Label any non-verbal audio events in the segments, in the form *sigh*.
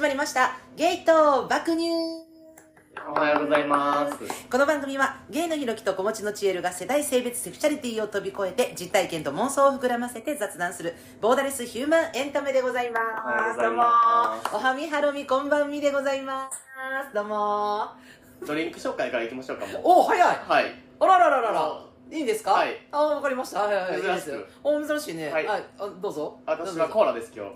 まりました。ゲイと爆乳おはようございます。この番組は、ゲイのひろきと子持ちのちえるが世代、性別、セクシャリティを飛び越えて、実体験と妄想を膨らませて雑談する、ボーダレスヒューマンエンタメでございます。おはようございまどすうも。おはみはろみこんばんみでございます。どうも。ドリンク紹介から行きましょうかもう。おお、早いはい。あらららららあいいですかはいあわかりましたはいはいはいいい珍でしくすよお珍しいねははいいあどうぞ私はどうぞコーラです今日。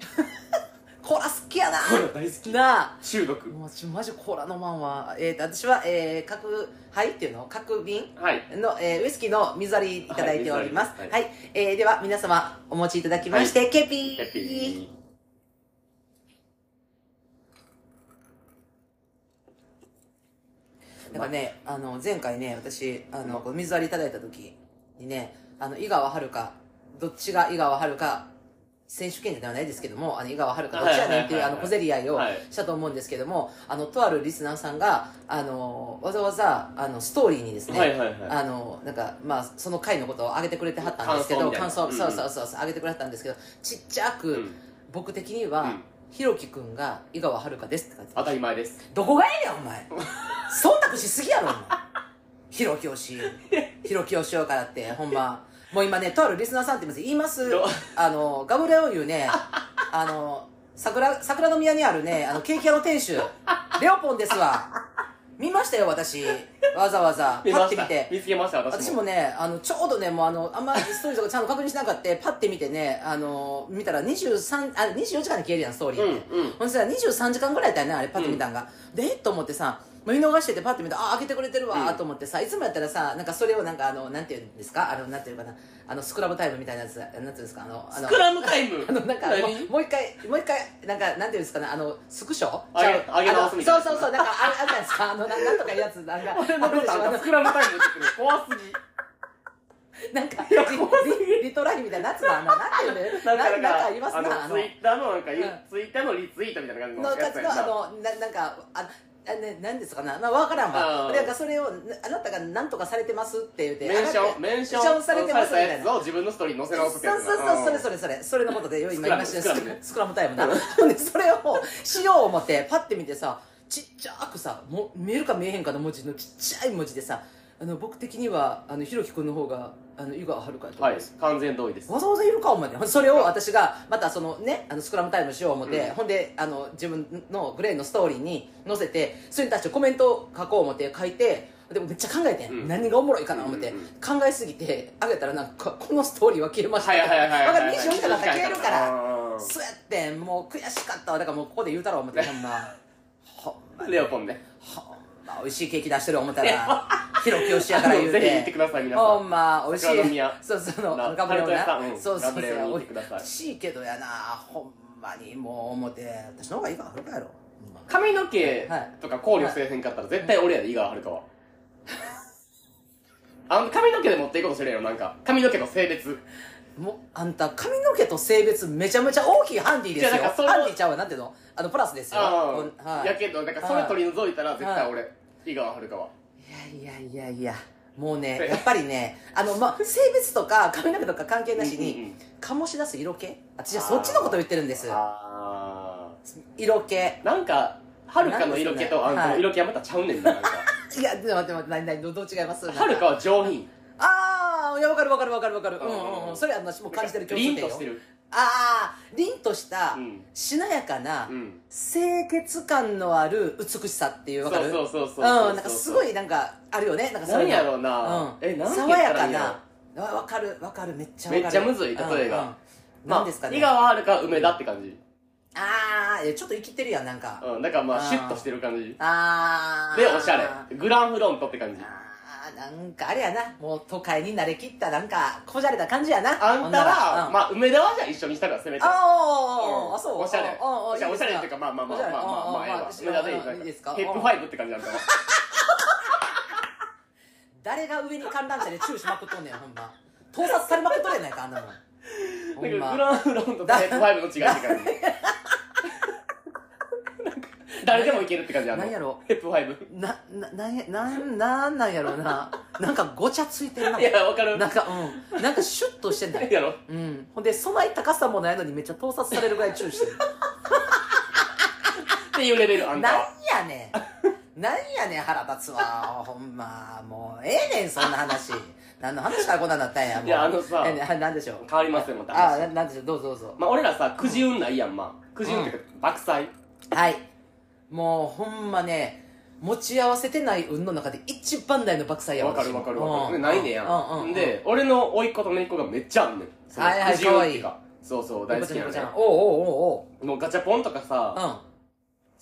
コーラ好きやなコーラ大好き。なあ中毒。もう私マジコーラのまんわえーと私はえー角杯っていうの角瓶はい。の、えーウイスキーの水割りいただいておりますは、はいい水割えーでは皆様お持ちいただきまして、ケピーやっぴなんかね、あの、前回ね、私、あの、こう水割りいただいた時にね、あの、井川遥か、どっちが井川遥か、選手権ではないですけども、あの、井川遥かどっちやねんっていう、あはいはいはいはいの、小競り合いをはいしたと思うんですけども、あの、とあるリスナーさんが、あの、わざわざ、あの、ストーリーにですーね、はいはいはい。あのなんかまあその回のことを上げてくれてはったんですけど感感想想みたいなそうそうそうそう上げてくれはったんですけどちっちゃく、うん僕的には、うんひろきくんが井川遥ですって書いてた当たり前です。どこがええねんお前忖度しすぎやろお前ひろきよしひろきよしようからってほんまもう今ねとあるリスナーさんって言いますどあのガブレオいうねあの桜桜の宮にあるねあのケーキ屋の店主レオポンですわ見ましたよ私わざわざ見パまッてし見たて。見つけました私私も。もねあのちょうどねもうあのあんまりストーリーとかちゃんと確認しなかったパッて見てねあの見たら23あ24時間で消えるやんストーリーって、うんうほんんとさ23時間ぐらいだよねあれパッて見たんが、でえっと思ってさ見逃しててパッて見たらあ開けてくれてるわうんと思ってさ、いつもやったらさなんかそれをなんかあのなんていうんですかあのなんていうかなあのスクラムタイムみたいなやつなんていうんですかあのあスのクラムタイム。あのなんか何もうもう一回もう一回なんかなんていうんですかねあのスクショあげちうあげ直すみたいあのなそうそうそうなんかあれあったんですかあのなんなんとかいうやつなんか *laughs* 俺のことなんかスクラムタイムって言ってくる。怖すぎ。なんか、リリリトライみたいな、夏のあの、なんていうの、ななんかありますあな、あののツイ、ッターのなんかんツイッターのリツイートみたいな感じの、や活つや動、なあの、ななんか、あ、あね、なんですかな、まあ、わからんわ。うんなんか、それを、なあなたが何とかされてますって言って、メンシ上がっョてンメンションメンションされてますみさたれいなたやつを自分のストーリーに載せ直すってやそうつそうなそうそれそれそれそれのことでよ今言いましたよスクラムねスクラムタイムなほんでそれをしよう思ってパッて見てさちっちゃくさも見えるか見えへんかの文字のちっちゃい文字でさあの僕的にはあのひろきくんの方があの湯川遥かやと思はういんです完全同意ですわざわざいるかお前ねそれを私がまたそのねあのスクラムタイムしよう思って、ほんであの自分のグレーのストーリーに載せてそれに対してコメントを書こう思って書いてでもめっちゃ考えてん、うん何がおもろいかな思って、うんうん考えすぎてあげたらなんかこのストーリーは消えましたはいはいはいはいわかるはい24時間だったら消えるから *laughs* うんそうやってんもう悔しかったわだからもうここで言うたろう思っ *laughs* てほんまほんまレオポンでほんま美味しいケーキ出してる思ったら広きよしやから言う *laughs* ぜひ行ってください皆さんほんま美味しい桜の宮そうそうあのなガブレオなタルト屋さんうんそうそうそガブレオに行うってください美味しいけどやなほんまにもう思って私の方がいいかはるかやろほんま髪の毛とか考慮せえへんかったら絶対俺やで井川遥はあの髪の毛で持っていこうとしてるやろなんか髪の毛の性別もうあんた髪の毛と性別めちゃめちゃ大きいハンディですよいやなんかそれハンディちゃうわなんていうのあのプラスですよほんあはあいやけどなんかそれ取り除いたら絶対俺井川遥はいやいやいやいやもうねやっぱりねあのまあ性別とか髪の毛とか関係なしうんうんうにん醸し出す色気私はそっちのこと言ってるんですあ色気あなんか遥の色気とあんたの色気はまたちゃうねんななんかいやでも待って待って何何どどう違いますなんか遥は上品ああいやわかるわかるわかるわかるううんんうんうんそれ私もう感じてる共凛通点とよしてるああ凛とした、うんしなやかな、うん清潔感のある美しさっていうわかるそうそうそうそううそうそうんなんかすごいなんかあるよねなんかそういう何のやろうなうんえなんて言爽ったらいいやのかなわわかるわかるめっちゃわかるめっちゃむずい例えがうんなんですかね、まあ井川遥梅田って感じああーいやちょっと生きてるやんなんか、うんなんかまああーシュッとしてる感じああでおしゃれグランフロントって感じあーなんかあれやなもう都会に慣れきったなんかこじゃれた感じやなあんたははまあ梅田はじゃあ一緒にしたからせめてあうんーあそうおしゃれあああじゃあおしゃれっでていうすかまあまあまおあしゃれまあまあまあああええあわ私梅田でいいあいいですかヘップファイブって感じなんだわ誰が上に観覧車でチューしまくっとんねんほんま盗撮されまくっとるやないかあんなもんほなんんかまグランフロントとヘップファイブの違いって感じなんか誰でもいけるって感じあの何やろヘップファイブなななんやなんなんなんやろうななんかごちゃついてるないやわかるなんかうんなんかシュッとしてないやろうんほんで備え高さもないのにめっちゃ盗撮されるぐらいチューしてるっていうレベルあんたなんはやねん。なんやねん、腹立つわ。ほんま。もう、ええねん、そんな話。何の話からこんなんなったんや。もういやあのさええねんあなんでしょう。変わりますよまたあ、ななんでしょう。どうぞどうぞ。まあ俺らさくじ運ないやんまくじ運っていうか爆災はい。もう、ほんまね、持ち合わせてない運の中で一番大の爆災やわかるわかるわかるうんないねやうんうんんで俺の甥っ子と姪っ子がめっちゃあんねんそのはいはいくじ運ってうかそうそう大好きな猫ちゃんのね猫ちゃんおうおうおうもうガチャポンとかさおう。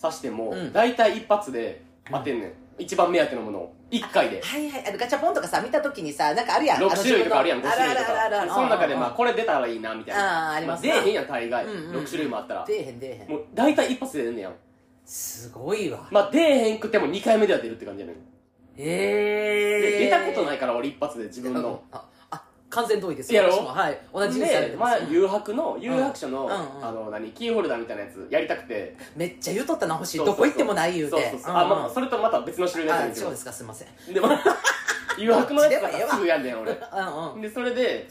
刺してもうん大体一発で当てんねん一番目当てのものを一回ではいはい。あの、ガチャポンとかさ、見たときにさ、なんかあるやん。 6種類とかあるやん5あの種あ類とるあるあるあかるその中でうんうんまあこれ出たらいいなみたいあーなあります出なえへんやん大概うんうんうん6種類もあったら出えへん出えへん。もう大体一発で出んねやんすごいわ。まあ出えへんくても2回目では出るって感じやねんでええ出たことないいから俺一発で自分のああ完全同意ですやろ私もはい同じにされでてままあす、誘白の誘白書のうんうんあの何キーホルダーみたいなやつやりたくてめっちゃ言うとったな欲しいそうそうどこ行ってもない言うそうてそうそううんうんあまあそれとまた別の種類のやあつやねんけそうどですかすいませんでも *laughs* 誘白のどっちやつでもええがわすぐやんねん俺うんうんでそれで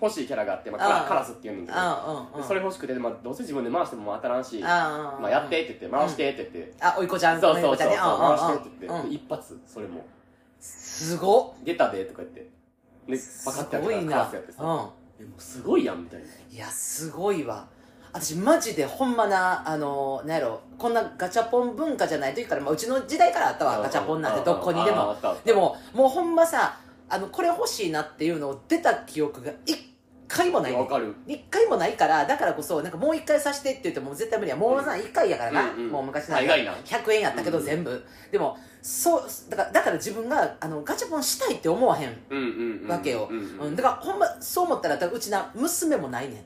欲しいキャラがあって、まあ、カうんラカラスっていうんだけどあうんうんでそれ欲しくて、まあ、どうせ自分で回しても当たらんし、あまあ、やってって言って回してって言って、あおいこちゃんそうおいそこうちそゃんう、ね回してっうてんう言っんて、うん一発それもすご「出たで」とか言ってでパカすッてご開いけたらなカラスやってうさんえもうすごいやんみたいないやすごいわ私マジでほんまなあのなんやろこんなガチャポン文化じゃない時から、まあ、うちの時代からあったわガチャポンなんてどこにでもあったあったでももうほんまさあのこれ欲しいなっていうのを出た記憶が一回もない、わかる一回もないからだからこそなんかもう一回さしてって言っても絶対無理やもうさ一回やからな、うんうんもう昔なんか大概な100円やったけどうん全部、でもそうだからだから自分があのガチャポンしたいって思わへん、うんうんうんわけようんうんうんだからほんまそう思ったらだからうちな娘もないねん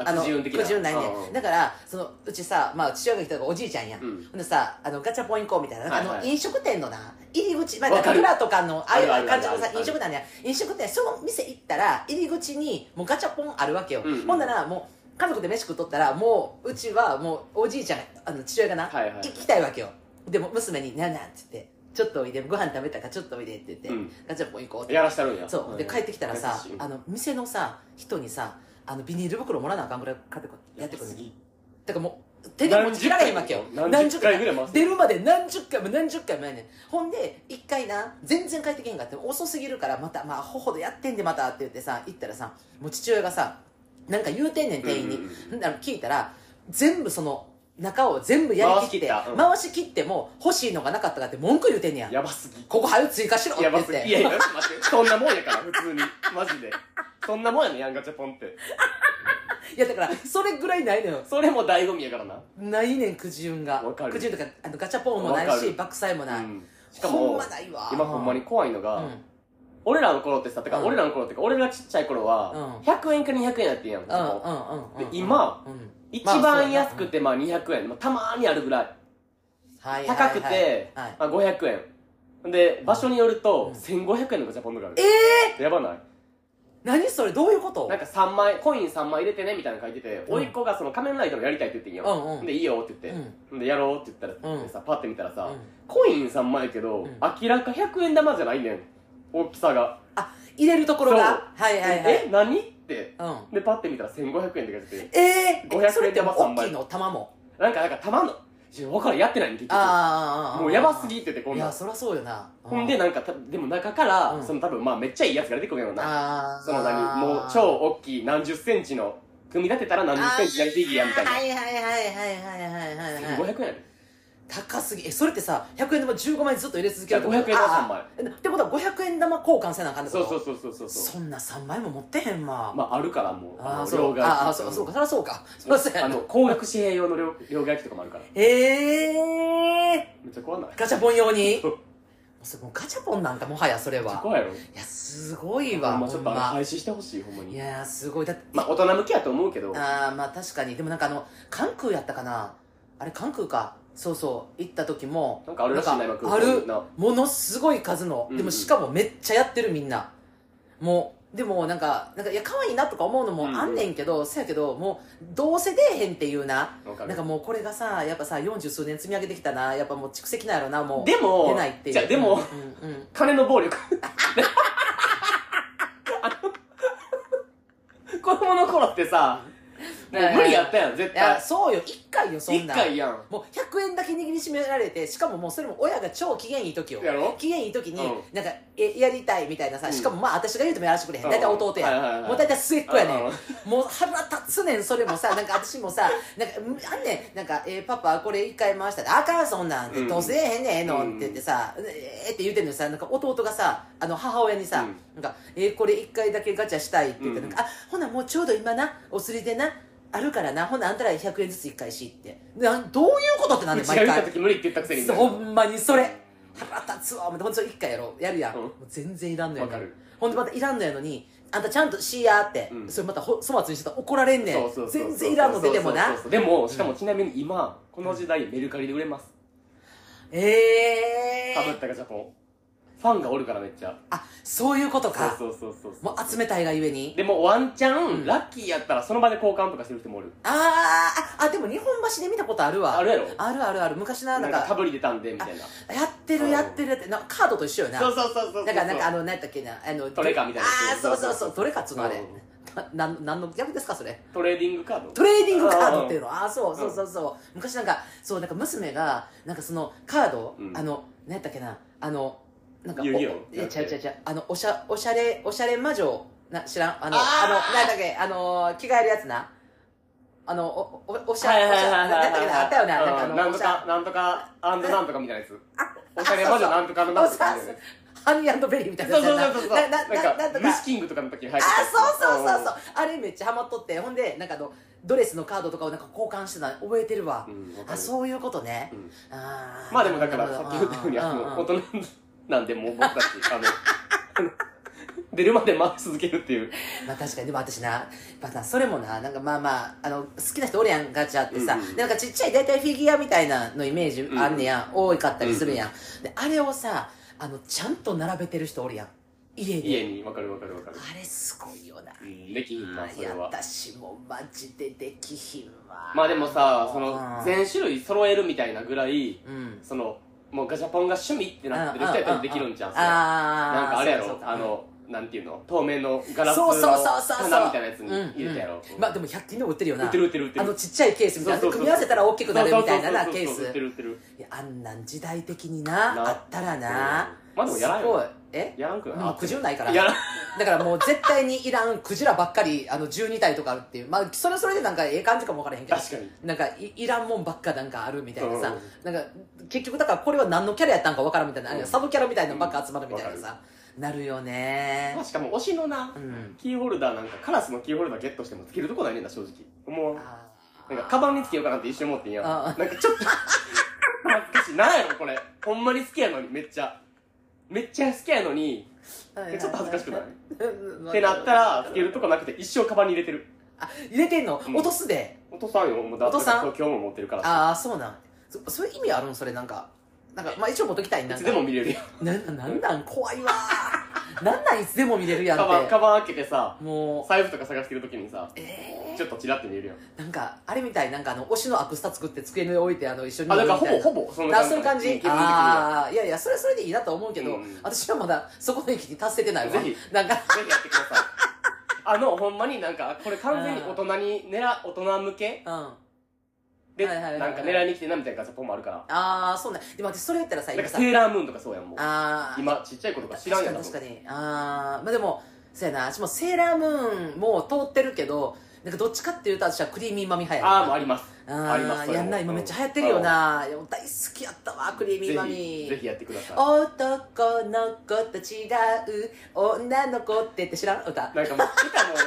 あのくじ運的なくじ運ないねうんうんんだからそのうちさ、まあ、父親が来たのがおじいちゃんやん、うんほんでさあのガチャポン行こうみたいななんかあの、はいはい飲食店のな入り口、まあ、わかるラとかのああいあうる感あるじのあるあさる飲食店あるやん飲食店その店行ったら入り口にもうガチャポンあるわけよ、うんうんほんならもう家族で飯食っとったらもううちはもうおじいちゃんあの父親がな、はいはい行きたいわけよでも娘に「なな」って言って「ちょっとおいでご飯食べたからちょっとおいで」って言って、うんガチャポン行こうってやらしたるんやそうで帰ってきたらさ優しいあの店のさ人にさあのビニール袋もらわなあかんぐらい買ってこやってくるだからもう手で持ちきられへんわけよ何十回ぐらい回す出るまで何十回も何十回もやねんほんで一回な全然帰ってけんかって遅すぎるからまたまあほどやってんでまたって言ってさ行ったらさもう父親がさなんか言うてんねん店員に、うんうんほんなら聞いたら全部その中を全部やりきって回回し,、しきったうん切っても欲しいのがなかったかって文句言うてんねややばすぎここ早く追加しろってや言ばっすぎていやいや待ってそんなもんやから普通にマジでそんなもんやねヤンガチャポンっていやだからそれぐらいないのよそれも醍醐味やからなないねんくじ運がわかるくじ運とかあのガチャポンもなわいかしる爆災もない、うんしかほんもまないわ今ほんまに怖いのがう俺らの頃ってさてかうん俺らの頃ってか俺らちっちゃい頃はうん100円か200円やってんやんんうんうんここうんうんで今うん一まあそうや番な安くてまあ200円まあたまーにあるぐらいはいはいはい高くてはいまあ500円で場所によるとうん1500円のガチャポンとかあるえやばない何それどういうことなんか3枚コイン3枚入れてねみたいなの書いててうん甥っ子がその仮面ライダーをやりたいって言ってんやうんうんでいいよって言ってでやろうって言ったうらんでさパッて見たらうんさうんコイン3枚やけどうん明らか100円玉じゃないねん大きさがあ入れるところがはいはいはいえ何ってうんでパッて見たら1500円って書いててえー500円それってもう玉大三枚きいの玉もなんかなんか玉のいやわからんやってないねん結局ああもうやばすぎっててこいんなやんそりゃそうよなほんでななんかたでも中から、うんその多分まあめっちゃいいやつが出てくるんやろなあーその何もう超大きい何十センチの組み立てたら何十センチやりていいやみたいなはいはいはいはいはいはいはいはい500円やで高すぎえそれってさ100円玉15枚ずっと入れ続けるってこと500円玉三枚ああってことは500円玉交換せなあかんってこそうとそうそうそうそうそそうんな3枚も持ってへんわ、まああるからもうああのそう替ああそうそうかそりゃそうかそうそうやあの高額紙幣用の両両替機とかもあるからええめっちゃ怖ないめガチャポン用にそうそれもうガチャポンなんかもはやそれっちゃは怖いやろいやすごいわほほんまちょっんとあのま廃止してほしいほんまいにやーすごいだって、まあ大人向けやと思うけどあーまあ確かにでもなんかあの関空やったかなあれ関空かそうそう行った時もなんかあるらしいななん今か空ある港なものすごい数のうんでもしかもめっちゃやってるみんなもうでもなんかなんかいや可愛いなとか思うのもあんねんけど、そやけどもうどうせ出えへんっていうなわかなんかるもうこれがさやっぱさ40数年積み上げてきたなやっぱもう蓄積なんやろなもうで出もないっていうじゃあでもうんうんうん金の *laughs* 暴力子供の頃ってさもう無理やったやん、絶いや対。そうよ1回よそん一な回やん。もう100円だけ握りしめられてしかももうそれも親が超機嫌いい時よやろ機嫌いい時に、うんなんかえやりたいみたいなさ、うんしかもまあ私が言うてもやらせてくれへん大体うん弟やん、はいはいはいもう大体末っ子やねん、うんもう腹立つねんそれも *laughs* さなんか私もさなんかうんあんねんなんか、えーパパこれ一回回したであかんそんなんって、うんどうせえへんねんええのうんって言ってさ、えーって言うてんのにさなんか弟がさあの母親にさ、なんかえーこれ一回だけガチャしたいって言って、うんなんかあほなもうちょうど今なお釣りでなあるからなほなあんたら100円ずつ一回しってなんどういうことってなんうでちが毎言った回時無理って言ったくせに。そうほんまにそれ腹立つわほんと一回やろうやるやん、うんもう全然いらんのやわのかにる。ほんでまたいらんのやのにあんたちゃんとしやって、うんそれまたほ粗末にしてたら怒られんねんそうそうそうそう全然いらんの出てもそうなそうそうでも、しかもちなみに今、この時代メルカリで売れます。ええかぶったガチャポン。ファンがおるからめっちゃ。あそういうことかそうそうそうそう。もう集めたいがゆえにでもワンチャうン、んラッキーやったらその場で交換とかしてる人もおる。あーああでも日本橋で見たことあるわあるやろあるあるある昔なななんんか、かかぶり出たんで、みたいな。やってるやってるやってるなんかカードと一緒よなそうそうそうそう。だからなんかあの何やったっけなあのトレカみたいなああーそうそうそうトレカっつうのあれうんななんなんの逆ですかそれトレーディングカードトレーディングカードっていうのああーそうそうそうそう昔なんかそうなんか娘がなんかそのカードうんあの何やったっけなあのなんかお遊戯王いや違う違う違うあのおしゃおしゃれおしゃれ魔女な知らんあのああーの何やったっけあの着替えるやつなあのおおおしゃはいれはいはいはい何やったっけなあったよなうなんんかあのなんおとしゃか、なんとか、アンドなんとかみたいなやつ。おしゃれあそ魔うそう女なんとかのなんとかみたいなやつ。ハニーベリーみたいなそうやつやなそうそうそうそなう。*laughs* ななななんとんかか、ムシキングとかの時に入ってあたーやつそうそうそうそううあれめっちゃハマっとってほんでなんかあのドレスのカードとかをなんか交換してたの覚えてるわ、んうんうんわかあるそういうことね、うんあーまあでもだから、なるさほっきど言ったように、あんんの、ん大人なんで、もう僕たち、あの、出るまで回し続けるっていう。まあ確かにでも私なまたそれもななんかまあまああの好きな人おるやんガチャってさ、うんうんうんでなんかちっちゃい大体フィギュアみたいなのイメージあんねや、多かったりするやん、であれをさあのちゃんと並べてる人おるやん家で家に、わかるわかるわかる。あれすごいよなうん、できひんな、そいれやは。私もマジでできひんわまあでもさ、そうんの、全種類揃えるみたいなぐらい、うんその、もうガジャポンが趣味ってなってる人やったらできるんじゃん。それあーなんかあれやろそうかあのなんていうの透明のガラスそのうそうそうそうそう棚みたいなやつに入れたやろ、うんうんまあでも100均でも売ってるよな売ってる売ってる売ってるあのちっちゃいケースみたいなそうそうそう組み合わせたら大きくなるみたいななそうそうケーそうそう売スってる売ってるいやあんなん時代的にななあったらなうんまあでもやらんすよごいえやらんくないもう苦情ないからやらんだからもう絶対にいらんクジラばっかりあの12体とかあるっていうまあそれはそれでなんかええ感じかもわからへんけど確かになんかいいらんもんばっかなんかあるみたいなさ、うなんか結局だからこれは何のキャラやったんかわからんみたいな、あれうんサブキャラみたいなのばっか集まるみたいなさ、なるよねまあしかも推しのな、うんキーホルダーなんかカラスのキーホルダーゲットしてもつけるとこないねんだ正直もうあーなんかカバンにつけようかなって一瞬思ってんやあなーんかちょっと *laughs* 恥ずかしいなんやろこれほんまに好きやのにめっちゃめっちゃ好きやのにはいはいはいちょっと恥ずかしくないっってなったらつけるとこなくて一生カバンに入れてるあ入れてんの、うん落とすでお父さんよもうだってお父さん今日も持ってるからああそうなんそそういう意味あるんそれなんかなんかまあ一応持っときたいいなんつかでも見れるよななんなん怖いわー *laughs* なんなんいつでも見れるやんカバンってカバン開けてさもう財布とか探してる時にさえちょっとチラって見えるよー、なんかあれみたいなんかあの推しのアクスタ作って机に置いてあの一緒にあだからみほたいぼなほぼそんなあそういう感じ気分的にはああいやいやそれはそれでいいなとは思うけど、うん私はまだそこの域に達せてないわぜひなんかぜひやってくださいあのほんまになんかこれ完全に大人に狙大人向けうんあではいはいはいはいなんか狙いに来てんなみたいなガチャポンもあるからあーそうねでも私それやったらさなん今かさセーラームーンとかそうやんもうああ今ちっちゃい子とか知らん確やかんに多確か分にああまあでもそうやな私もセーラームーンも通ってるけどなんかどっちかっていうと私はクリーミーマミ派やあなあもうありますあありますーやんなそれ今もめっちゃ流行ってるよないやもう大好きやったわクリーミーぜマミひぜひやってください男の子と違う女の子ってって知らん歌なんかもう歌も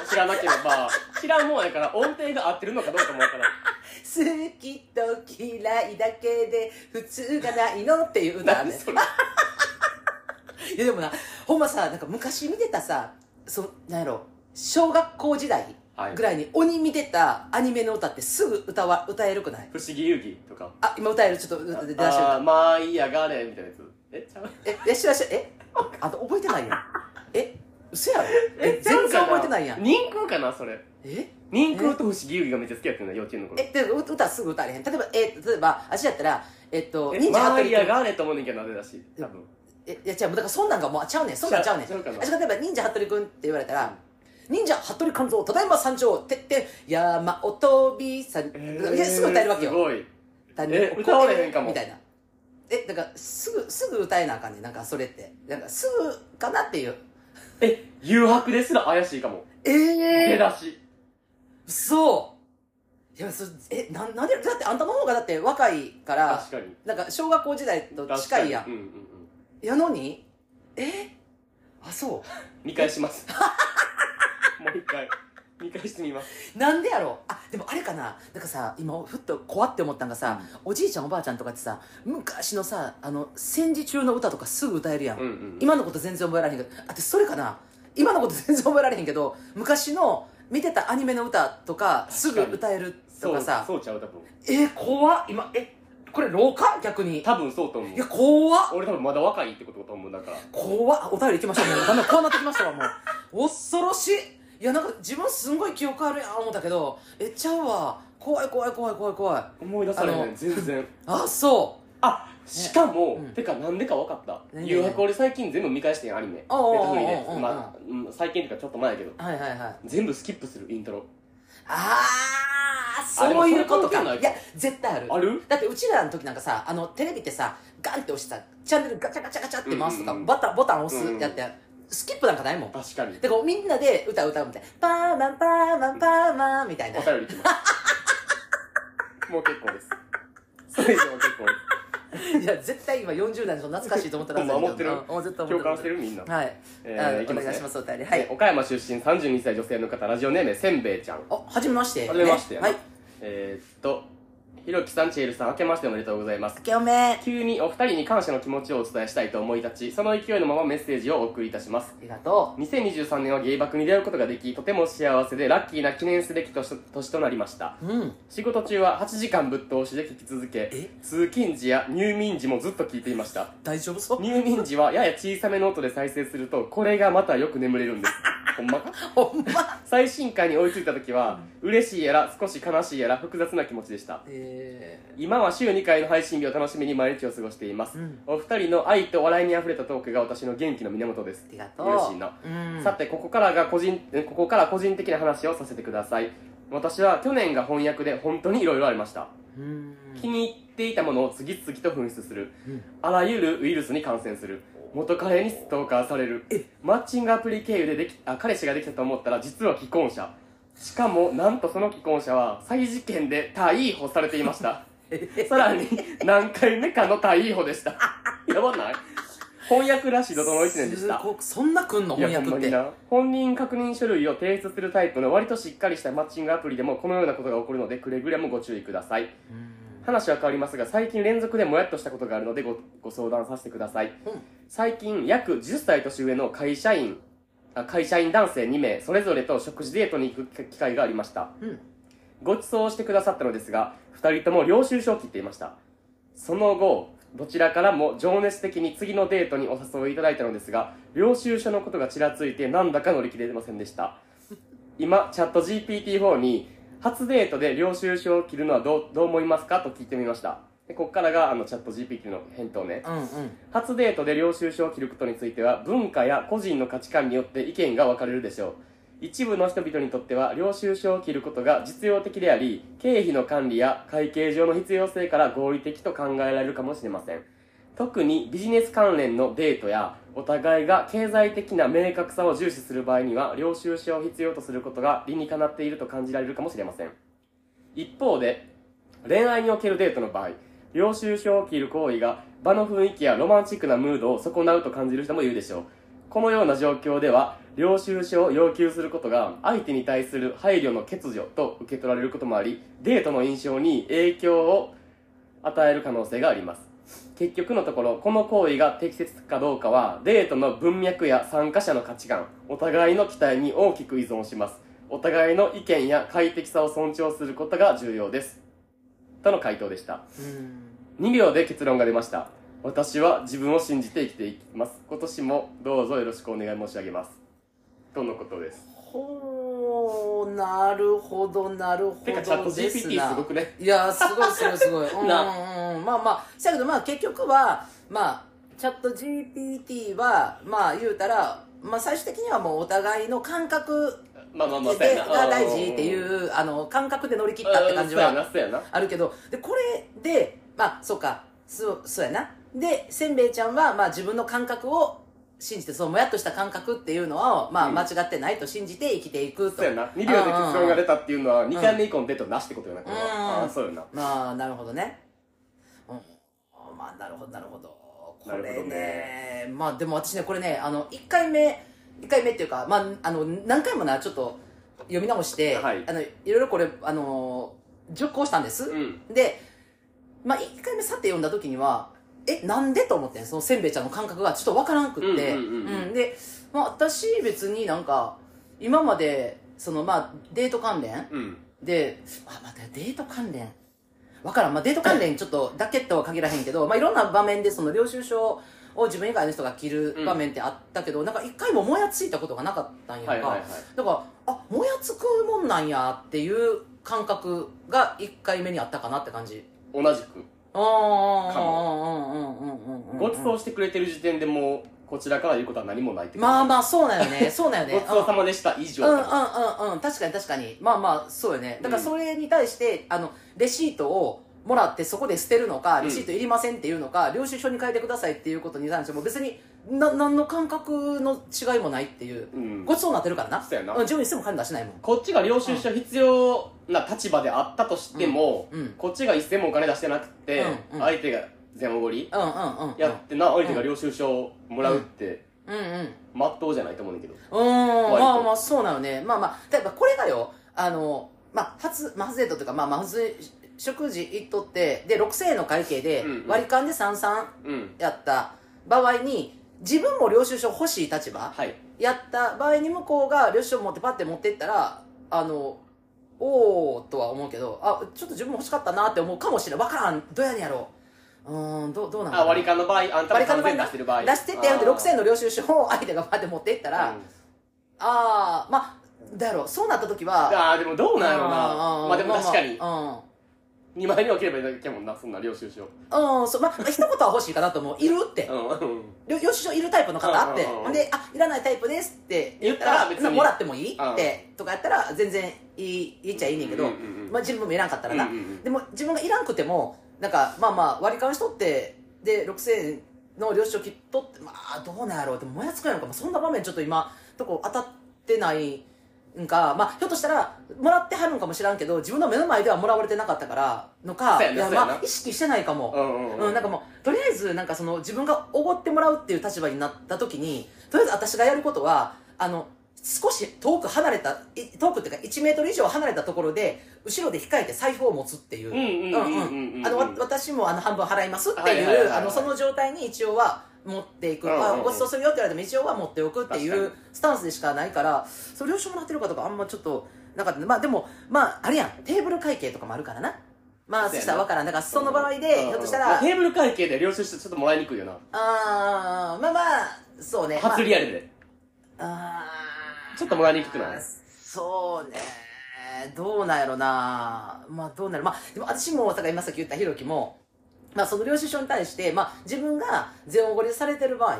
知らなければ知らんもんやから音程が合ってるのかどうかもわ *laughs* からん好きと嫌いだけで普通がないのっていう歌あん何ねんそれいやでもなほんまさなんか昔見てたさそなんやろ小学校時代はいぐらいに鬼見てたアニメの歌ってすぐ歌は歌えるくない不思議遊戯とかあ今歌えるちょっと歌出だしてあーまあいいやがれみたいなやつえちゃうええ知らしえあんた覚えてないやんえ嘘やろえちゃう全か然な覚えてないやん人空かなそれえ人空と不思議遊戯がめっちゃ好きやってんの幼稚園の頃えでう歌すぐ歌われへん例えばえ例えばあっちやったらえっとえ忍者ハッまあトいリいやがれと思うねんけどなぜだし多分えいや違うだからそんなんがもうあちゃうねんそんなんちゃうねんちゃうかなあ違う例えば忍者ハットリくんって言われたら、忍者服部勘蔵ただいま山頂てって山おとびさん、いやすぐ歌えるわけよすごい。単え歌われへんかもみたいなえだからすぐすぐ歌えなあかんねんなんかそれってなんかすぐかなっていうえ、誘白ですら怪しいかも。え出えだし。そういやそえななんでだってあんたの方がだって若いから確かに。なんか小学校時代と確か近にいやんうんうんうん。やのにえあそ見返 *laughs* します。もう一回。見返してみます。うなんでやろうあでもあれかななんかさ今ふっと怖って思ったんがさ、おじいちゃんおばあちゃんとかってさ昔のさあの戦時中の歌とかすぐ歌えるやん、うんうん。今のこと全然覚えられへんけどあ私それかな今のこと全然覚えられへんけど昔の見てたアニメの歌とかすぐ歌えるとそかうさそうちゃう、多分。えー、怖っ今えこれ廊下逆にい多分そうと思うや。怖っ俺多分まだ若いってことだと思う、だから。怖っあお便り行きましょうもうだんだん怖なってきましたわもう恐ろしいいやなんか自分すんごい記憶あるやん思ったけどえちゃうわ怖い怖い怖い怖い怖い思い出されあなのい、全然。あそうあ、しかも、うんてかなんでか分かった。何誘白俺最近全部見返してんアニメ。ネッおうおうおうトフリでおうおう。まあ、うん最近っていうかちょっと前やけど。はいはいはい全部スキップする、イントロ。ああそういうことあでもそれ関係なかいいや絶対あるあるだってうちらの時なんかさあのテレビってさガンって押してさチャンネルガチャガチャガチャって回すとか、うんうんうんボタンボタン押すうんうんやって、スキップなんかないもんだか確かに。らみんなで歌歌うみたいなパーマンパーマンパーマンみたいなお便り来 *laughs* ます。もう結構です。それ以上は結構です。いや絶対今40代の人懐かしいと思ったらもう守ってるうん絶対思共感っしててるるみんな。はい、えあー、いきまお願いすしまね。すお便りはえいー岡山出身32歳女性の方、ラジオネーム、せんべいちゃん。おはじめましてはじめましてねはいえー、っと、ひろきさん、ちえるさん、明けましておめでとうございます。明けおめあ急にお二人に感謝の気持ちをお伝えしたいと思い立ち、その勢いのままメッセージをお送りいたします。りがと2023年は芸爆に出会うことができ、とても幸せでラッキーな記念すべき年と年となりました。ううん仕事中は8時間ぶっ通しで聞き続けえ、通勤時や入眠時もずっと聞いていました。大丈夫そう入眠時はやや小さめの音で再生すると、これがまたよく眠れる *laughs* んです。ほんまかほんま最新回に追いついた時は、嬉しいやら少し悲しいやら複雑な気持ちでした。え今は週2回の配信日を楽しみに毎日を過ごしています、うんお二人の愛と笑いにあふれたトークが私の元気の源ですー、ありがとう嬉しいな、うんさてここからが個人えここから個人的な話をさせてください私は去年が翻訳で本当にいろいろありました、うん気に入っていたものを次々と紛失する、うんあらゆるウイルスに感染する元カレにストーカーされるマッチングアプリ経由でできあ彼氏ができたと思ったら実は既婚者しかもなんとその既婚者は詐欺事件で逮捕されていました *laughs* さらに、何回目かの逮捕で *laughs* した。やばない翻訳らしいとの1年でしたす。ごくそんなくんのいや翻ほ訳っんまにてな本人確認書類を提出するタイプの割としっかりしたマッチングアプリでもこのようなことが起こるのでくれぐれもご注意くださいうん話は変わりますが最近連続でもやっとしたことがあるのでごご相談させてくださいうん最近約10歳年上の会社員あ会社員男性2名それぞれと食事デートに行く機会がありましたうんご馳走してくださったのですが、二人とも領収書を切っていました。その後、どちらからも情熱的に次のデートにお誘いいただいたのですが、領収書のことがちらついてなんだか乗り切れませんでした。今、チャット GPT-4 に、初デートで領収書を切るのはどうどう思いますかと聞いてみました。でここからがあのチャット GPT の返答ね。うんうん初デートで領収書を切ることについては文化や個人の価値観によって意見が分かれるでしょう一部の人々にとっては領収書を切ることが実用的であり経費の管理や会計上の必要性から合理的と考えられるかもしれません特にビジネス関連のデートやお互いが経済的な明確さを重視する場合には領収書を必要とすることが理にかなっていると感じられるかもしれません一方で恋愛におけるデートの場合領収書を切る行為が場の雰囲気やロマンチックなムードを損なうと感じる人もいるでしょうこのような状況では領収書を要求することが相手に対する配慮の欠如と受け取られることもありデートの印象に影響を与える可能性があります結局のところこの行為が適切かどうかはデートの文脈や参加者の価値観お互いの期待に大きく依存しますお互いの意見や快適さを尊重することが重要ですとの回答でしたうん2秒で結論が出ました私は自分を信じて生きていきます今年もどうぞよろしくお願い申し上げますとのことですほうなるほどなるほてかチャットどです GPT すなごくねいやすごいすごいすごいうんうんなうんまあまあせやけどまあ結局はまあチャット GPT はまあ言うたらまあ最終的にはもうお互いの感覚まあまあまあ、そうでやな。が大事っていんんん。うあの感覚で乗り切ったって感じはうんそうやな、そうやな。あるけどでこれでまあそうかそうそうやなでせんべいちゃんは、まあ、自分の感覚を信じてそのもやっとした感覚っていうのを、まあ、うん間違ってないと信じて生きていくとそうやな。2秒で結論が出たっていうのは、2回目以降のデートなしってことよな、これうんは。ああ、そうよな。まあなるほどねうんまあなるほどなるほどこなれるほねどねまあでも私ねこれねあの1回目1回目っていうか、まあ、あの何回もなちょっと読み直して、はいあのいろいろこれあの熟考したんです、うん。で、まあ、1回目さて読んだ時にはえなんでと思ってんそのせんべいちゃんの感覚がちょっとわからんくって、うんうんうんうんうんで、まあ、私別になんか今までそのまあデート関連うん。であまたデート関連わからん、まあ、デート関連ちょっとだけとは限らへんけど、まあ、いろんな場面でその領収書を自分以外の人が着る場面ってあったけど、なんか一回ももやついたことがなかったんやんか、はいはいはい。だからあもやつくもんなんやっていう感覚が1回目にあったかなって感じ同じく。うんうんうんうんうんうんうんうんごちそうしてくれてる時点でもう、こちらから言うことは何もないってことまあまあそうだよねそうだよねごちそうさまでした以上。うんうんうんうん確かに確かにまあまあそうよねだからうんそれに対して、あのレシートをもらってそこで捨てるのか、うんレシートいりませんっていうのか領収書に書いてくださいっていうことに対しても別にな何の感覚の違いもないっていう、うんごちそうになってるからなそうやなうん自分にしても金出してないもんこっちが領収書必要な立場であったとしても、うんうんこっちが一銭もお金出してなくて、うんうん相手が全おごりうんうんうんやってな、相手が領収書をもらうって、うんうんまっとうじゃないと思うねんだけど。うーん、割とまあまあそうなのね。まあまあ、例えばこれがよ、あの、まあ初、まあ初デートというか、まあまあ初食事行っとって、で、6000円の会計でうんう、ん割り勘で33うん。やった場合に、自分も領収書欲しい立場はい。やった場合に向こうが領収書持ってパッて持ってったら、あの、おーとは思うけど、あ、ちょっと自分も欲しかったなって思うかもしれない。わからん。どうやねんやろう。うーん、どう、どうなんだあ、ろう割り勘の場合、あん割たがり勘の場3000合円出してる場合。出してってやんで6000円だの領収書を相手がパッて持ってったら、ああまあだやろうそうなった時はあーでもどうなんやろうなうんうんまあでも確かにまあまあ2枚に分ければいいだけやもんなそんな領収書うん、うん、そうまあ一言は欲しいかなと思ういるってうんうんよよしよいるタイプの方ってうんうんうんほんで「あいらないタイプです」って言ったら言ったら別にうんもらってもいいうんってとかやったら全然いい言っちゃいいねんけど、うんうんうんまあ、自分もいらんかったらな、うんうんうんでも自分がいらんくてもなんかまあまあ割り勘しとってで6000円の領収書切っとってまあどうなんやろうってもやつくやんか、まあ、そんな場面ちょっと今とこ当たってないんか、まあ、ひょっとしたらもらってはるんかもしらんけど自分の目の前ではもらわれてなかったからのかそうやないやそうやなまあ意識してないかも、うんうん、なんかもうとりあえずなんかその自分がおごってもらうっていう立場になった時にとりあえず私がやることはあの少し遠く離れたい遠くっていうか1メートル以上離れたところで後ろで控えて財布を持つっていうう。んうんうんうんうんうんあのわ私もあの半分払いますってはいはいはいいはういあのその状態に一応は持っていく、うんうんうんあごちそうするよって言われても一応は持っておくってい確うスタンスでしかないからそれをしもらってるかとかあんまちょっとなかったまあでもまああれやんテーブル会計とかもあるからなまあそうやなそしたら分からんだからその場合でうんひょっとしたまあらテーブル会計で領収書ちょっともらいにくいよなあーまあまあそうね初リアルでまあ、あーちょっともらいにくくないそうねどうなんやろなまあどうなるまあでも私もだから今さっき言ったひろきもまあその領収書に対して、まあ、自分が全おごりされてる場合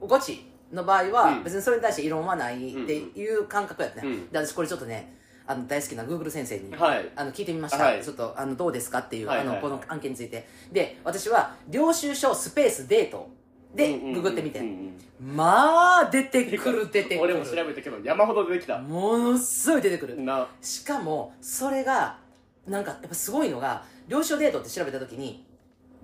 ゴチの場合うはん別にそれに対して異論はないっていう感覚やったね、うんで私これちょっとねあの大好きな Google 先生にはいあの聞いてみました、はいちょっとあのどうですかっていう、はいはいはいあのこの案件についてで私は領収書スペースデートでググってみて、うんうんうんまあ出てくる出てくる俺も調べたけど山ほど出てきたものすごい出てくるなしかもそれがなんかやっぱすごいのが領収デートって調べた時に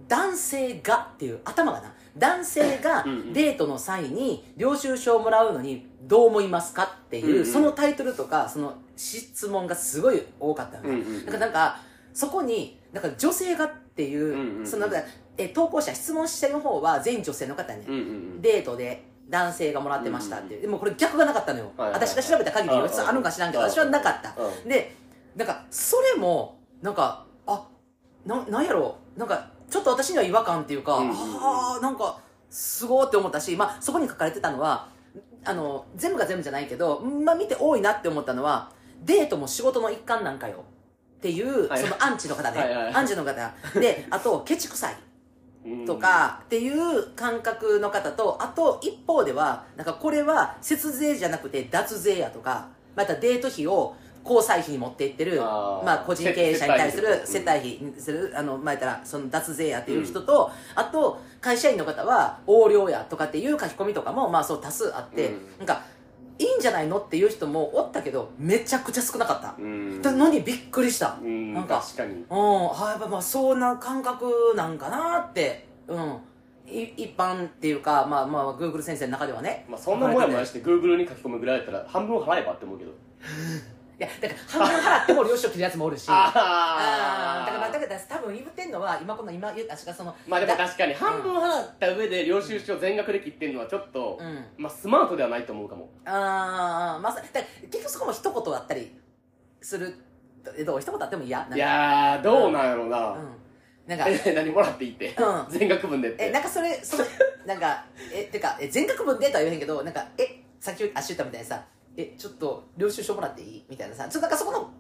男性がっていう頭がな男性がうんうんデートの際に領収書をもらうのにどう思いますかっていう、うんうんそのタイトルとかその質問がすごい多かったのね、うんうんなんかなんかそこになんか女性がっていう、うんうんうんそのなんかえ投稿者質問者の方は全員女性の方ね、うんうんうんデートで男性がもらってましたっていう、でもこれ逆がなかったのよ、はいはいはい私が調べた限りうんはあるんか知らんけどうん私はなかった、うでなんかそれもなんかあななんやろうなんかちょっと私には違和感っていうか、うんうんうんあーなんかすごーって思ったし、まあ、そこに書かれてたのはあの全部が全部じゃないけど、まあ、見て多いなって思ったのはデートも仕事の一環なんかよっていう、はいそのアンチの方ね、はいはいはいアンチの方であとケチくさいうんとかっていう感覚の方とあと一方ではなんかこれは節税じゃなくて脱税やとかまたデート費を交際費に持っていってるあーまあ、個人経営者に対するせ世世帯費にする、あのまあ言ったらその脱税やっていう人と、あと会社員の方は横領やとかっていう書き込みとかも、まあ、そう多数あって、うんなんかいいんじゃないのっていう人もおったけどめちゃくちゃ少なかったう、んなのにびっくりした、うんなんか確かにうん、あやっぱまあそんな感覚なんかなって、うん、い一般っていうか、まあまあ、グーグル先生の中ではね、まあそんなもやもやして Google に書き込むぐらいだったら半分払えばって思うけどいやだから半分払っても領収書切るやつもお *laughs* るしあーだからまあだあから多分言ってんのは今この今言った私がそのまあでもだ確かに半分払った上で領収書全額で切ってるのはちょっとう、んまあスマートではないと思うかもああまさだから結局そこも一言あったりするえどう一言あっても嫌なんかいやーどうなんやろうな、うんなんかえ何もらっていいって、う全額分でってえなんかそれ *laughs* そのなんかえてかえ全額分でとは言わへんけどなんかえさっき足言ったみたいにさえちょっと領収書もらっていいみたいなさちょっとなんかそこの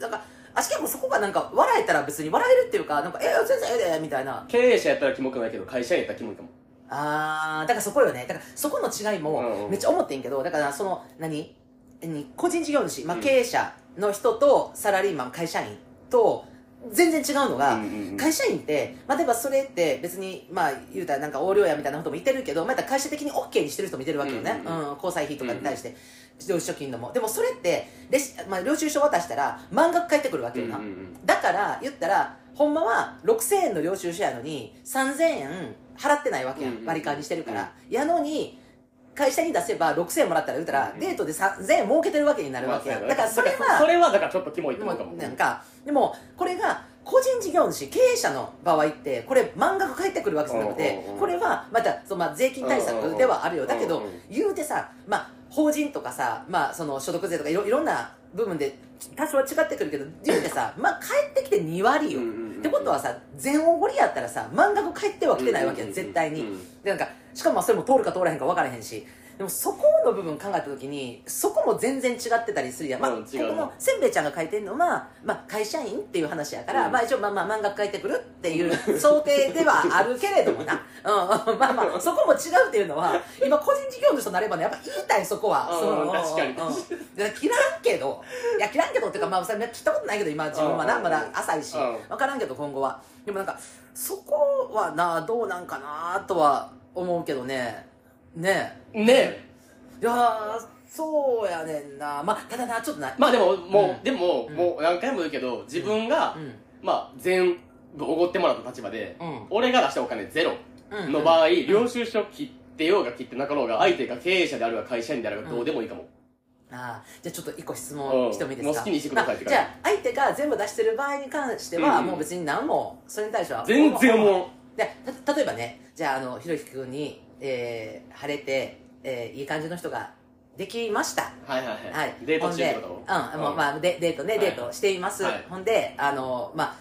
なんか足結構そこがなんか笑えたら別に笑えるっていうかなんかえ全然ええでみたいな経営者やったらキモくないけど会社員やったらキモいかもあーだからそこよねだからそこの違いうんうもんめっちゃ思ってんけどだからその何何個人事業主、まあ、うん経営者の人とサラリーマン会社員と全然違うのが、うんうんうん会社員って、まあ、例えばそれって別に、まあ、言うたらなんか横領やみたいなことも言ってるけど、まあ、言ったら会社的に OK にしてる人もいてるわけよね、ううんんう交際費とかに対して、領収書金のもでもそれってレシ、まあ、領収書渡したら満額返ってくるわけよな、うんうんうんだから言ったらほんまは6000円の領収書やのに3000円払ってないわけやうんうんうんんうん割り勘にしてるから、やのに会社に出せば6000円もらったら言ったら、うんうんデートで3000円儲けてるわけになるわけやん、まあだからそれだからそはれはだからちょっとキモいとも思うかもうなんかでもこれが個人事業主経営者の場合ってこれ満額返ってくるわけじゃなくてうんうんうんこれはまたそのまあ税金対策ではあるよだけうんどうんうん言うてさまあ法人とかさまあその所得税とかいろいろんな部分で多少は違ってくるけど言うてさまあ返ってきて2割ようんうんうんうんってことはさ全おごりやったらさ満額返ってはきてないわけやうんうんうん絶対にうんでなんかしかもまあそれも通るか通らへんか分からへんしでもそこの部分考えた時にそこも全然違ってたりするやん、まあ、うこんこ違うなのせんべいちゃんが書いてるのは、まあ、会社員っていう話やから、うんまあ一応まあまあ満額書いてくるっていう *laughs* 想定ではあるけれどもな、うん、まあまあそこも違うっていうのは今個人事業主となればねやっぱ言いたいそこは、うんその確かにうんで嫌んけどいや嫌んけどっていうかまあそれ聞いたことないけど今自分はうんなうんまだ浅いしうん分からんけど今後はでもなんかそこはなどうなんかなとは思うけどねねねえいやーそうやねんなまあただなちょっとなまあでももう、うんでも、うんもう何回も言うけど自分が、うんまあ全部おごってもらった立場で、うん俺が出したお金ゼロうんの場合、領収書切ってようが切ってなかろうが相手が経営者であるが会社員であるがどうでもいいかも、ああじゃあちょっと一個質問してもいいですかうんもう好きにしてくださいってまあじゃあ相手が全部出してる場合に関しては、うんもう別に何もそれに対しては全然もうでた例えばねじゃああのひろゆき君に、えー、晴れて、えーいい感じの人ができましたはいはいはい、はい、デート中ってほんでことうんもうあまあ、デデートね、はいデートしています、はいほんであのまあ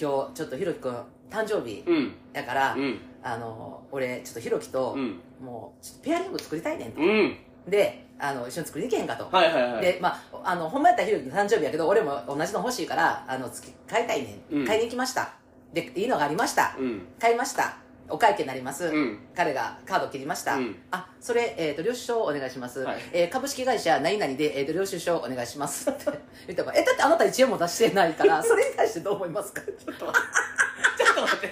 今日ちょっとひろきくん誕生日うんやから、うんあの俺ちょっとひろきと、うんもうちょっとペアリング作りたいねんと、うんであの一緒に作りに行けへんかと、はいはいはいでまああのほんまやったらひろきの誕生日やけど俺も同じの欲しいからあの付き買いたいねん、うん買いに行きましたでいいのがありました、うん買いましたお会計になります、うん彼がカード切りました、うんあそれ、えー、と領収書をお願いします、はいえー株式会社何々で、えー、と領収書をお願いしますって言ったからえだってあなた1円も出してない *laughs* からそれに対してどう思いますかちょっと待ってちょっと待って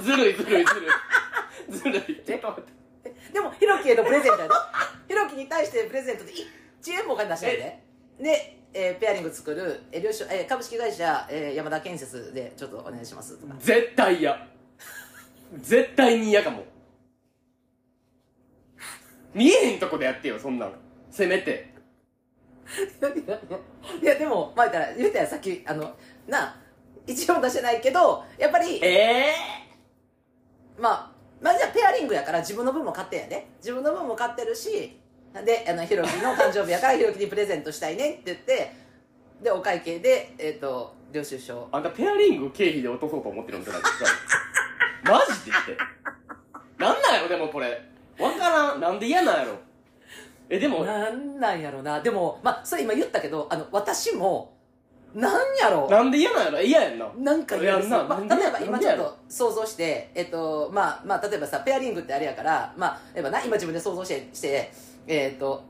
ずるいずるいずるいずるいちょっと待ってでもひろきへのプレゼントやでひろきに対してプレゼントで1円もお金出してないでで、えーペアリング作る、えー領収えー株式会社、えー山田建設でちょっとお願いします *laughs* とか絶対嫌絶対に嫌かも見えへんとこでやってよそんなのせめていやでもまあ言ったら言ったらさっきあのな1円も出してないけどやっぱりええまあ、まあじゃあペアリングやから自分の分も買ってんやね自分の分も買ってるしであのひろきの誕生日やからひろきにプレゼントしたいねって言ってでお会計でえっ、と領収書あんたペアリング経費で落とそうと思ってるんじゃないですかマジでってなんなんやろでもこれわからんなんで嫌なんやろえでもなんなんやろなでもまあそれ今言ったけどあの私もなんやろなんで嫌なんやろ嫌やんななんか嫌ですよいやなまなんであ、例えばなん今でちやょろっと想像して、えっとまあまあ、例えばさペアリングってあれやから、まあ、例えばな今自分で想像してして、えっと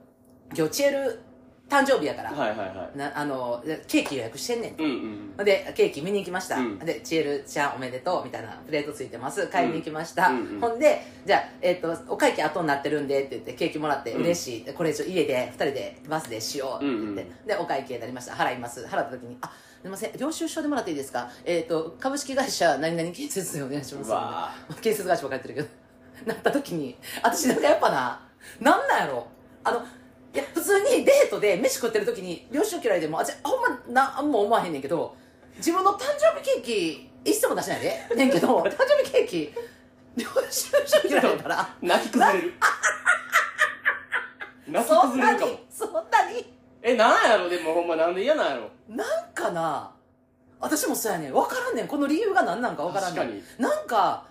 今日チエル誕生日やから、はいはいはいなあのケーキ予約してんねんうんうんでケーキ見に行きました、うんで「チエルちゃんおめでとう」みたいなプレートついてます買いに行きました、うんうんほんで「じゃあ、えっとお会計後になってるんで」って言ってケーキもらってうん嬉しい、これちょ家で2人でバスでしようって言って、うんでお会計になりました払います払った時に「あすみません領収書でもらっていいですか、えっと株式会社何々建設でお願いしまうす」わ建設会社ばっかりやってるけど *laughs* なった時に私なんかやっぱななんなんやろあのいや普通にデートで飯食ってる時に領収書嫌いでもあじゃほんまなんも思わへんねんけど自分の誕生日ケーキ一切も出してないでねん *laughs* けど誕生日ケーキ領収書嫌いだ *laughs* からー泣き崩れるそんなに泣き崩れるかもそんなにえなんやろでもほんまなんで嫌なんやろなんかな私もそうやねん分からんねんこの理由が何なんか分からんね確かんになんか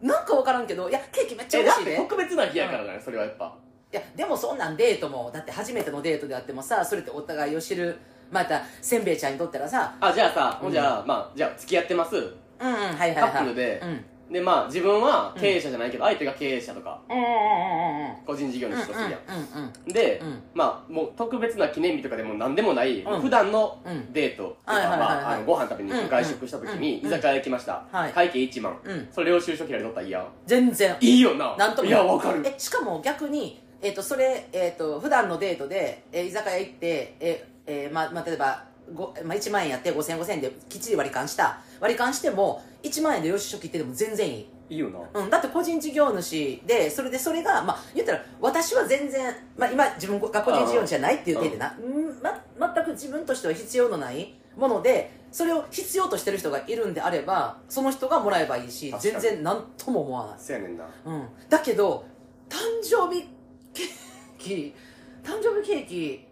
なんか分からんけどいやケーキめっちゃえだ嬉しっいでて特別な日やからねそれはやっぱいやでもそんなんデートもだって初めてのデートであってもさそれってお互いを知るまたせんべいちゃんにとったらさあじゃあさほんじゃあうまあじゃあ付き合ってますうんうんはいはいはいカップルでうんうんでまあ自分は経営者じゃないけど相手が経営者とかう個人事業んうんうんうんうん主とするやんうんで、うんまあもう特別な記念日とかでも何でもない、うん普段のうんデートとか、はいはいはいはいまあ、あのご飯食べに行くうん外食した時にうん居酒屋行きました、はい会計1万、うんそれ領収書嫌いで取ったらいいやん全然いいよななんともいやわかるえしかも逆にえっ、とそれえっ、と普段のデートで、えー居酒屋行ってえーえーまあまあ例えばごまあ、1万円やって5000円5000円できっちり割り勘した割り勘しても1万円で領収書切ってでも全然いいいいよなうん、だって個人事業主でそれでそれが、まあ、言ったら私は全然、まあ、今自分が個人事業主じゃないっていう手でな、うんま、全く自分としては必要のないものでそれを必要としてる人がいるんであればその人がもらえばいいし確か全に然何とも思わない、せやねんなうん、だけど誕生日ケーキ誕生日ケーキ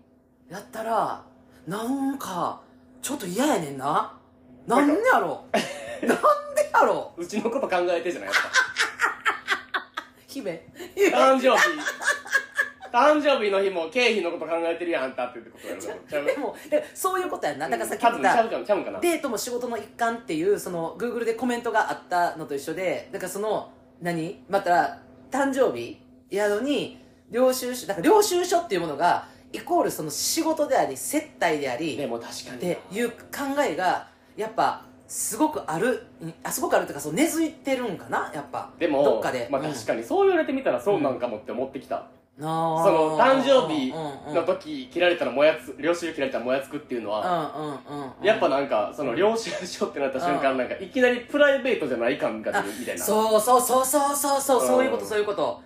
やったらなんかちょっと嫌やねんななんでやろ *laughs* なんでやろうちのこと考えてじゃな *laughs* いやっ姫ぱ誕生日誕生日の日も経費のこと考えてるやんあんたってことやろちゃうでもでそういうこと *laughs* やんなだからさっき言多っ分ちゃたうかもちゃうんかなデートも仕事の一環っていうそのグーグルでコメントがあったのと一緒でだからその何また誕生日やのに領収書だから領収書っていうものがイコールその仕事であり接待であり、でも確かっにていう考えがやっぱすごくあるんあすごくあるというかそう根付いてるんかなやっぱでもどっかで、まあ、うん確かにそう言われてみたらそうなんかもって思ってきた、あーその誕生日うんうんの時切られたらもやつ領収書切られたらもやつくっていうのは、うんうんうんうんやっぱなんかその領収書ってなった瞬間、なんかいきなりプライベートじゃない感があ出るみたいなそうそうそうそうそうそううんそういうことそういうこと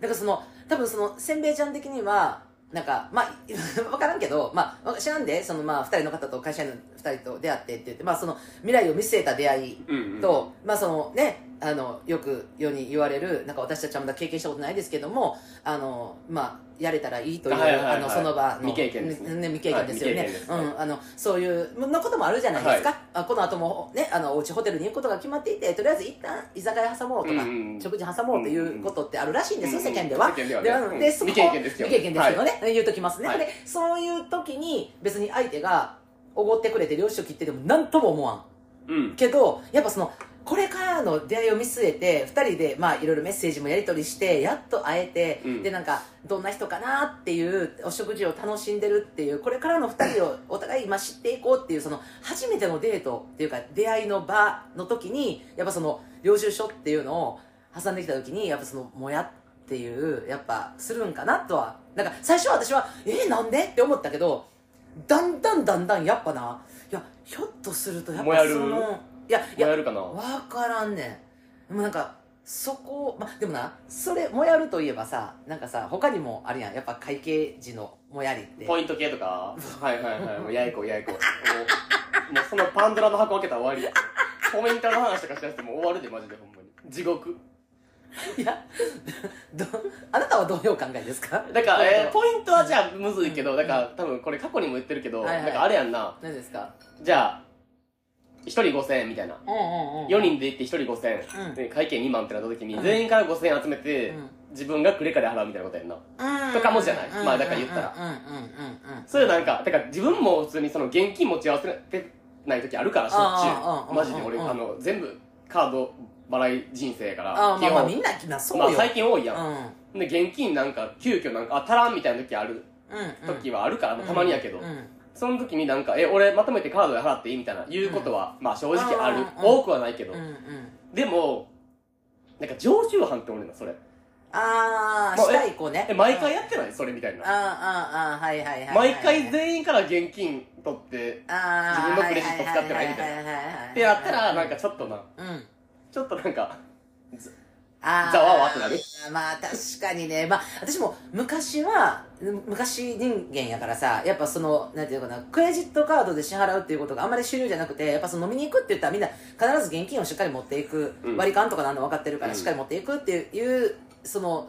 だからその多分そのせんべいちゃん的にはなんかまあ *laughs* 分からんけど、まあ、知らんでその、まあ、2人の方と会社員の2人と出会ってって言って、まあ、その未来を見据えた出会いうんうん、と、まあそのねあのよく世に言われるなんか私たちはまだ経験したことないですけどもあのまあやれたらいいという、はいはいはいはいあのその場の未経験ですね未経験ですよね、はい未経験ですうんあのそういうのこともあるじゃないですか、あこの後もねあのおうちホテルに行くことが決まっていてとりあえず一旦居酒屋挟もうとか、うんうん食事挟もうということってあるらしいんですよ、うんうん世間では、世間ではねであのうんでそこ未経験ですよ未経験ですよね、言うときますね、はいでそういう時に別に相手がおごってくれて領収書切ってでも何とも思わんうんけどやっぱそのこれからの出会いを見据えて2人でまあいろいろメッセージもやり取りしてやっと会えて、うんでなんかどんな人かなっていうお食事を楽しんでるっていうこれからの2人をお互い今知っていこうっていうその初めてのデートっていうか出会いの場の時にやっぱその領収書っていうのを挟んできた時にやっぱそのもやっていうやっぱするんかなとはなんか最初は私はえー、なんでって思ったけどだんだんだんだんやっぱないやひょっとするとやっもぱやそるのいやいもややるかな分からんねんでもなんかそこ、ま、でもなそれもやるといえばさなんかさ他にもあるやんやっぱ会計時のもやりってポイント系とかはいはいはいもうややこややこもうもうそのパンドラの箱開けたら終わりやポイントの話とかしだしてもう終わるでマジでほんまに地獄いやどあなたはどういうお考えですかだから、えーポインポイントはじゃあむずいけどだから多分これ過去にも言ってるけど、はいはいなんかあれやんなト何ですかじゃあ1人5000円みたいなうんうんうん4人で行って1人5000円、うんで会計2万ってなった時にうん全員から5000円集めて、うん自分がクレカで払うみたいなことやんなうんとかもじゃないうんまあだから言ったらうんうんうんうんうんそういうなんかだから自分も普通にその現金持ち合わせてない時あるからしょっちゅあーあーあーうマジで俺うんうんあの全部カード払い人生やからあーまあまあみまんなみんなそうあよ、最近多いやうんんで現金なんか急遽なんかあ足らんみたいな時あるうん時はあるから、まあたまにやけど、うんその時になんか「え俺まとめてカードで払っていい?」みたいな言うことは、まあ正直あうる、ん多くはないけど、うんうんでもなんか常習犯って俺なそれああもうしたい子ねえ毎回やってないそれみたいあなあああはいはいはいはい毎回全員から現金取ってあー自分のクレジット使ってないみたいなははははってやったらなんかちょっとなうんちょっとなんかあーざわわってなるまあ確かにねまあ私も昔はむ昔人間やからさやっぱそのなんていうのかなクレジットカードで支払うっていうことがあんまり主流じゃなくてやっぱその飲みに行くって言ったらみんな必ず現金をしっかり持っていく、うん割り勘とかなんの分かってるからうんしっかり持っていくっていう、その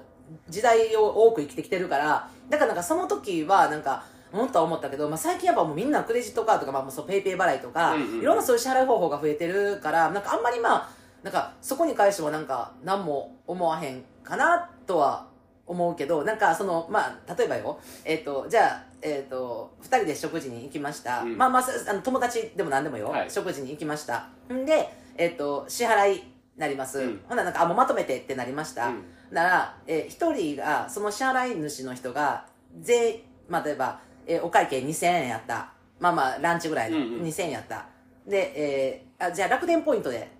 時代を多く生きてきてるからだからなんかその時はなんか思ったは思ったけど、まあ、最近やっぱもうみんなクレジットカードとか、まあ、もうそうペイペイ払いとか、うんうんいろんなそういう支払い方法が増えてるからなんかあんまりまあなんかそこに関してもなんか何も思わへんかなとは思うけどなんかそのまあ例えばよえっ、とじゃあえっ、と2人で食事に行きました、うんまあまあそあの友達でも何でもよ、はい食事に行きましたんでえっ、と支払いなります、うんほんならなんかあもうまとめてってなりました、うんなら、えー一人が、その支払い主の人が、税、まあ、例えば、えーお会計2000円やった。まあまあ、ランチぐらいのうんうん2000円やった。で、えーあ、じゃあ楽天ポイントで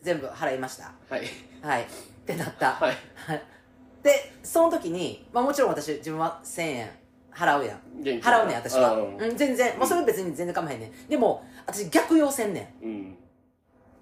全部払いました。はいはい。ってなった。はいはいで、その時に、まあもちろん私、自分は1000円払うやん。現金払うねん、私は。うんうん、全然。まあそれ別に全然構へんねん。でも、私逆用せんねん。うん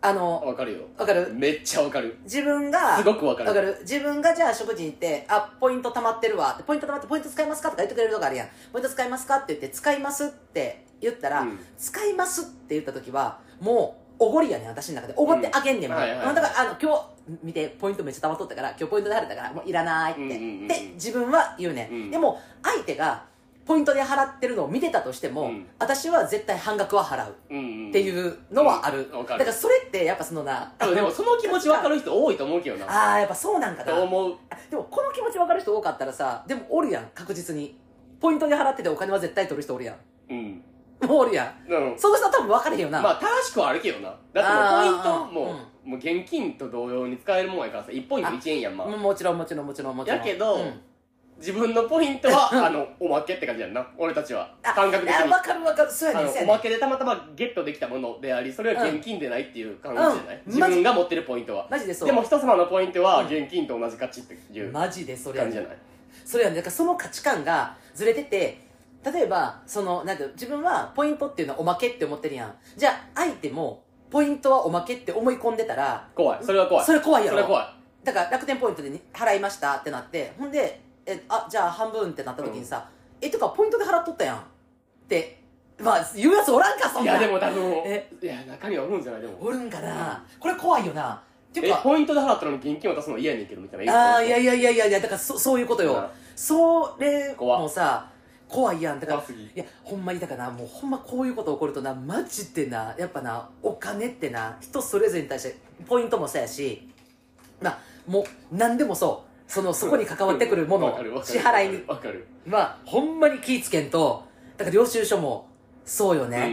ああの、わかるよわかるめっちゃわかる自分が、すごくわかるわかる自分がじゃあ食事に行って、あ、ポイント貯まってるわって、ポイント貯まって、ポイント使いますかとか言ってくれるとこあるやん。ポイント使いますかって言って、使いますって言ったら、うん使いますって言った時は、もう、おごりやねん、私の中で。おごってあげんねん、うもんうはいはいはいだから、あの、今日、見て、ポイントめっちゃ溜まっとったから、今日ポイントで払ったから、もういらないって。うんうんうんうんで、自分は言うねん。うんでも、相手が、ポイントで払ってるのを見てたとしても、うん私は絶対半額は払ううんっていうのはある。うんわかだるから、それって、やっぱそのな、多分でもその気持ちわかる人多いと思うけどなああ、やっぱそうなんかな。と思うでもこの気持ち分かる人多かったらさでもおるやん確実にポイントで払っててお金は絶対取る人おるやうんんもうおるやんうんその人は多分分かれへんよな、まあ正しくはあるけどなだってもうポイントもあもう現金と同様に使えるもんやからさ1ポイント1円やんまあももちろんもちろんもちろんもちろんやけどうん自分のポイントはあのおまけって感じやんな俺たちはあ感覚的いやに分かる分かるそうやあねのんそうやおねまんけでたまたまゲットできたものでありそれは現金でないっていう感じじゃない、うん自分が持ってるポイントはマジでそうでも人様のポイントはうん現金と同じ価値っていう感マジでそじれじゃやない、ねんそれはねだからその価値観がずれてて例えばそのなんていうの自分はポイントっていうのはおまけって思ってるやんじゃあ相手もポイントはおまけって思い込んでたら怖いそれは怖いそれ怖いやそろれは怖いだから楽天ポイントでに払いましたってなってほんでえあじゃあ半分ってなった時にさ、えとかポイントで払っとったやんってまあ言うやつおらんかそんいなやでも多分えいや中にはおるんじゃないでもおるんかなこれ怖いよなっていうえかポイントで払ったのに現金渡すの嫌やねんけどみたいなああいやいやいやいやいやだからそそういうことよ、うんそれ怖もさ怖いやんだから怖すぎいやほんまにだからなもうほんまこういうこと起こるとなマジでなやっぱなお金ってな人それぞれに対してポイントもそうやしまあもう何でもそうそのそこに関わってくるもわのかるわかる支払いにわかるまあほんまに気ぃつけんとだから領収書もそうようんうんうんね、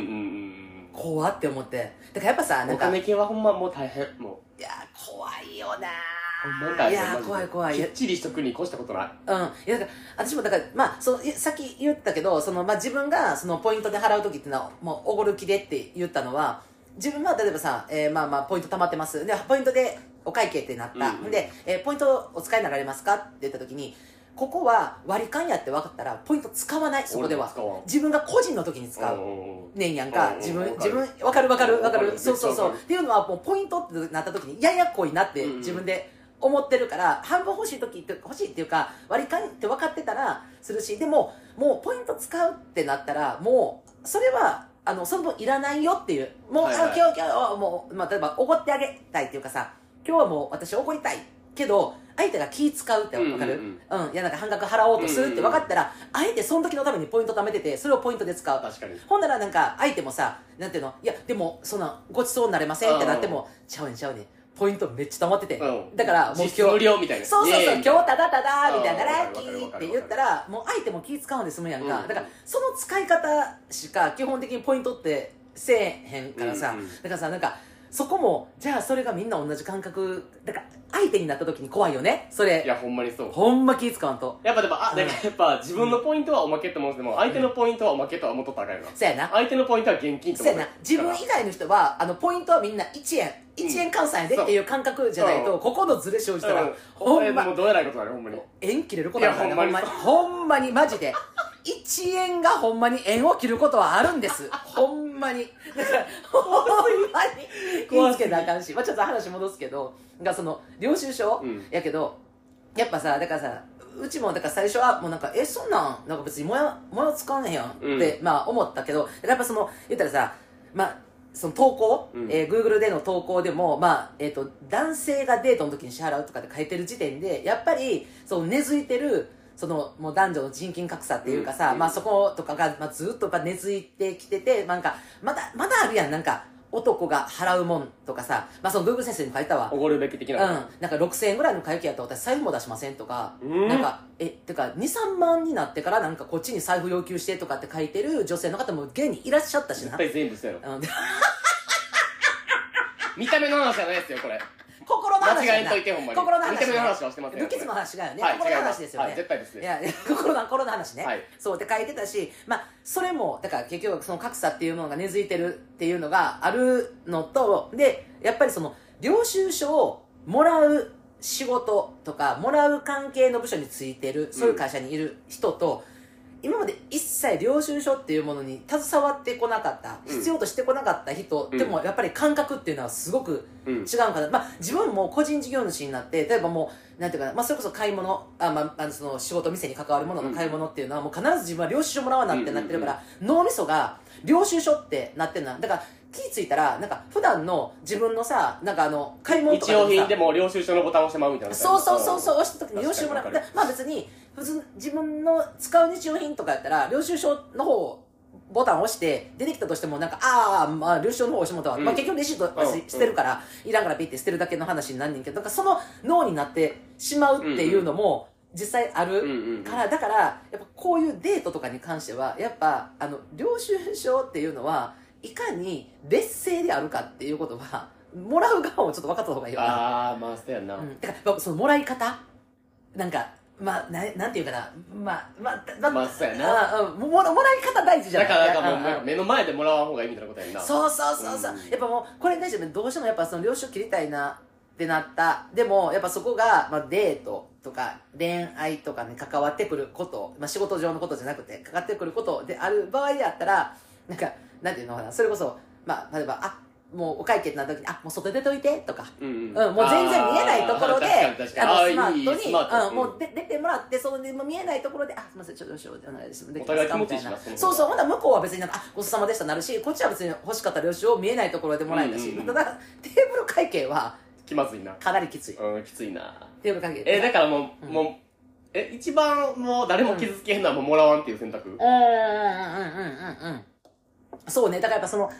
うん怖って思ってだからやっぱさなおんか金い系はほんまもう大変もや怖いよなうほんま大変いやマジで怖い怖いきっちりしとくに越したことないうん、いやだから私もだから、まあ、そういさっき言ったけどその、まあ、自分がそのポイントで払う時っていうのはもうおごる気でって言ったのは自分は例えばさ、えーまあまあポイント貯まってますでポイントでお会計ってなった、うんうんで、えーポイントお使いになられますかって言った時にここは割り勘やって分かったらポイント使わないそこでは俺も使わん自分が個人の時に使う。んんんねんやんうんかうん自分わか自る分わかるわかるわかわかるるそうそうそうめっちゃわかっるていうのはもうポイントってなった時にややこいなってうんうん自分で思ってるから、半分欲しい時って欲しいっていうか割り勘って分かってたらするしでももうポイント使うってなったらもうそれはあのその分いらないよっていうもう、はいはいあ今日今日はもう、まあ、例えばおごってあげたいっていうかさ今日はもう私おごりたいけど相手が気使うってわかる、うんうん、いやなんか半額払おうとするって分かったら、あえてその時のためにポイント貯めててそれをポイントで使う確かにほんならなんか相手もさなんていうのいやでもそんなごちそうになれませんってなってもちゃうねんちゃうねんポイントめっちゃ溜まってて、うんだからもう実今日質無料みたいなそうそうそうイエーイ今日ただただみたいなうラッんわキかるわーかるわかっるて言ったらもう相手も気使うんで済むやんか、うんだからその使い方しか基本的にポイントってせえへんからさ、うんうんだからさなんかそこもじゃあそれがみんな同じ感覚だから相手になった時に怖いよねそいれやほんまにそうほんま気使わんとやっぱでもあうんだからやっぱ自分のポイントはおまけって思うんですけども相手のポイントはおまけとは思っとったらあかんよなそやな相手のポイントは現金とそやな自分以外の人はあのポイントはみんな1円うん1円換算やでっていう感覚じゃないと、うんここのズレ生じたら、ほほんんまもまうどうやらいことだねほんまに縁切れることあるからねいやほほんまにほんんまにまにマジで1円がほんまに縁を切ることはあるん *laughs* ですほんまにだからほんまに気怖ぃすつぎけなあかんし、まあ、ちょっと話戻すけどがその領収書、うんやけどやっぱさだからさうちもだから最初はもうなんかえそんなんなんか別にもやもや使わねえやんって、まあ思ったけどやっぱその言ったらさまあその投稿、うんえー Google での投稿でも、まあえー、と男性がデートの時に支払うとかって書いてる時点でやっぱりその根付いてるそのもう男女の人権格差っていうかさ、うんまあ、そことかが、まあ、ずっとやっぱ根付いてきてて、まあ、なんかまだまだあるやんなんか男が払うもんとかさ、まあ、その Google 先生にも書いたわおごるべき的うん、ななんか6000円ぐらいの会計やったら私財布も出しませんとか、うんなんかえてか23万になってからなんかこっちに財布要求してとかって書いてる女性の方も現にいらっしゃったし絶な、対全部そうやろうん、見た目の話じゃないですよこれ心の話間違やえんなといてほんまに心の話見た目の話はしてませんよルキズの話がよね、はい心の違いま話すですよね、はい絶対ですいやい *laughs* や心の心の話ね、はいそうって書いてたし、まあ、それもだから結局その格差っていうものが根付いてるっていうのがあるのとでやっぱりその領収書をもらう仕事とかもらう関係の部署についてるそういう会社にいる人と、今まで一切領収書っていうものに携わってこなかったうん必要としてこなかった人、うんでもやっぱり感覚っていうのはすごくうん違うんかな、まあ、自分も個人事業主になって例えばもうなんていうかな、まあ、それこそ買い物あ、まあ、あのその仕事店に関わるものの買い物っていうのは、もう必ず自分は領収書もらわなってなってるから、脳みそが領収書ってなってんなだから気ぃ付いたらなんか普段の自分のさなんかあの買い物とか日用もさ品でも領収書のボタンを押してまうみたいなそうそうそうそうう押した時に領収もらう確かにわかまあ別に普通自分の使う日用品とかやったら領収書の方をボタンを押して出てきたとしてもなんかあー、まあ領収書の方を押してもらったわ、うんまあ、結局レシートはうんししてるから、いらんからピッて捨てるだけの話になんねんけどなんかその脳になってしまうっていうのも実際あうんるうんうんから、だからやっぱこういうデートとかに関してはやっぱあの領収書っていうのはいかに劣勢であるかっていうことはもらう側もちょっと分かった方がいいよな。ああまあそうやんなうん、だからまあそのもらい方なんかまあななんていうかなまあまあだだまあそうやなあうんももらもらい方大事じゃなだいからなんかもういやなんか目の前でもらわん方がいいみたいなことやんなそうそうそうそう、うんやっぱもうこれに対してどうしてもやっぱその領収切りたいなってなったでもやっぱそこが、まあ、デートとか恋愛とかに関わってくること、まあ、仕事上のことじゃなくて関わってくることである場合であったらなんかなんていうのかなそれこそまあ例えばあもうお会計ってなった時にあもう外出といてとかうんうん、もう全然見えないところで、あー確かに確かにあのあースマートにいいスマートうん、もう出出てもらって、そのでもう見えないところで、あ、すみません、ちょっとどうしようお願いします。できまお互すいかみ気持たちいいいしななその。方がそうそう、ほんなら向こうは別になんか、あ、ごちそうさまでしたなるし、こっちは別に欲しかった領収を見えないところでもらえたし、うんうんただ、テーブル会計は気まずいなかなりきつい。うんきついなテーブル会計。えだからもう、うんもうえ一番もう誰も傷つけへんのはもうもらわんっていう選択、うんうんうんうんうんうんそうねだからやっぱその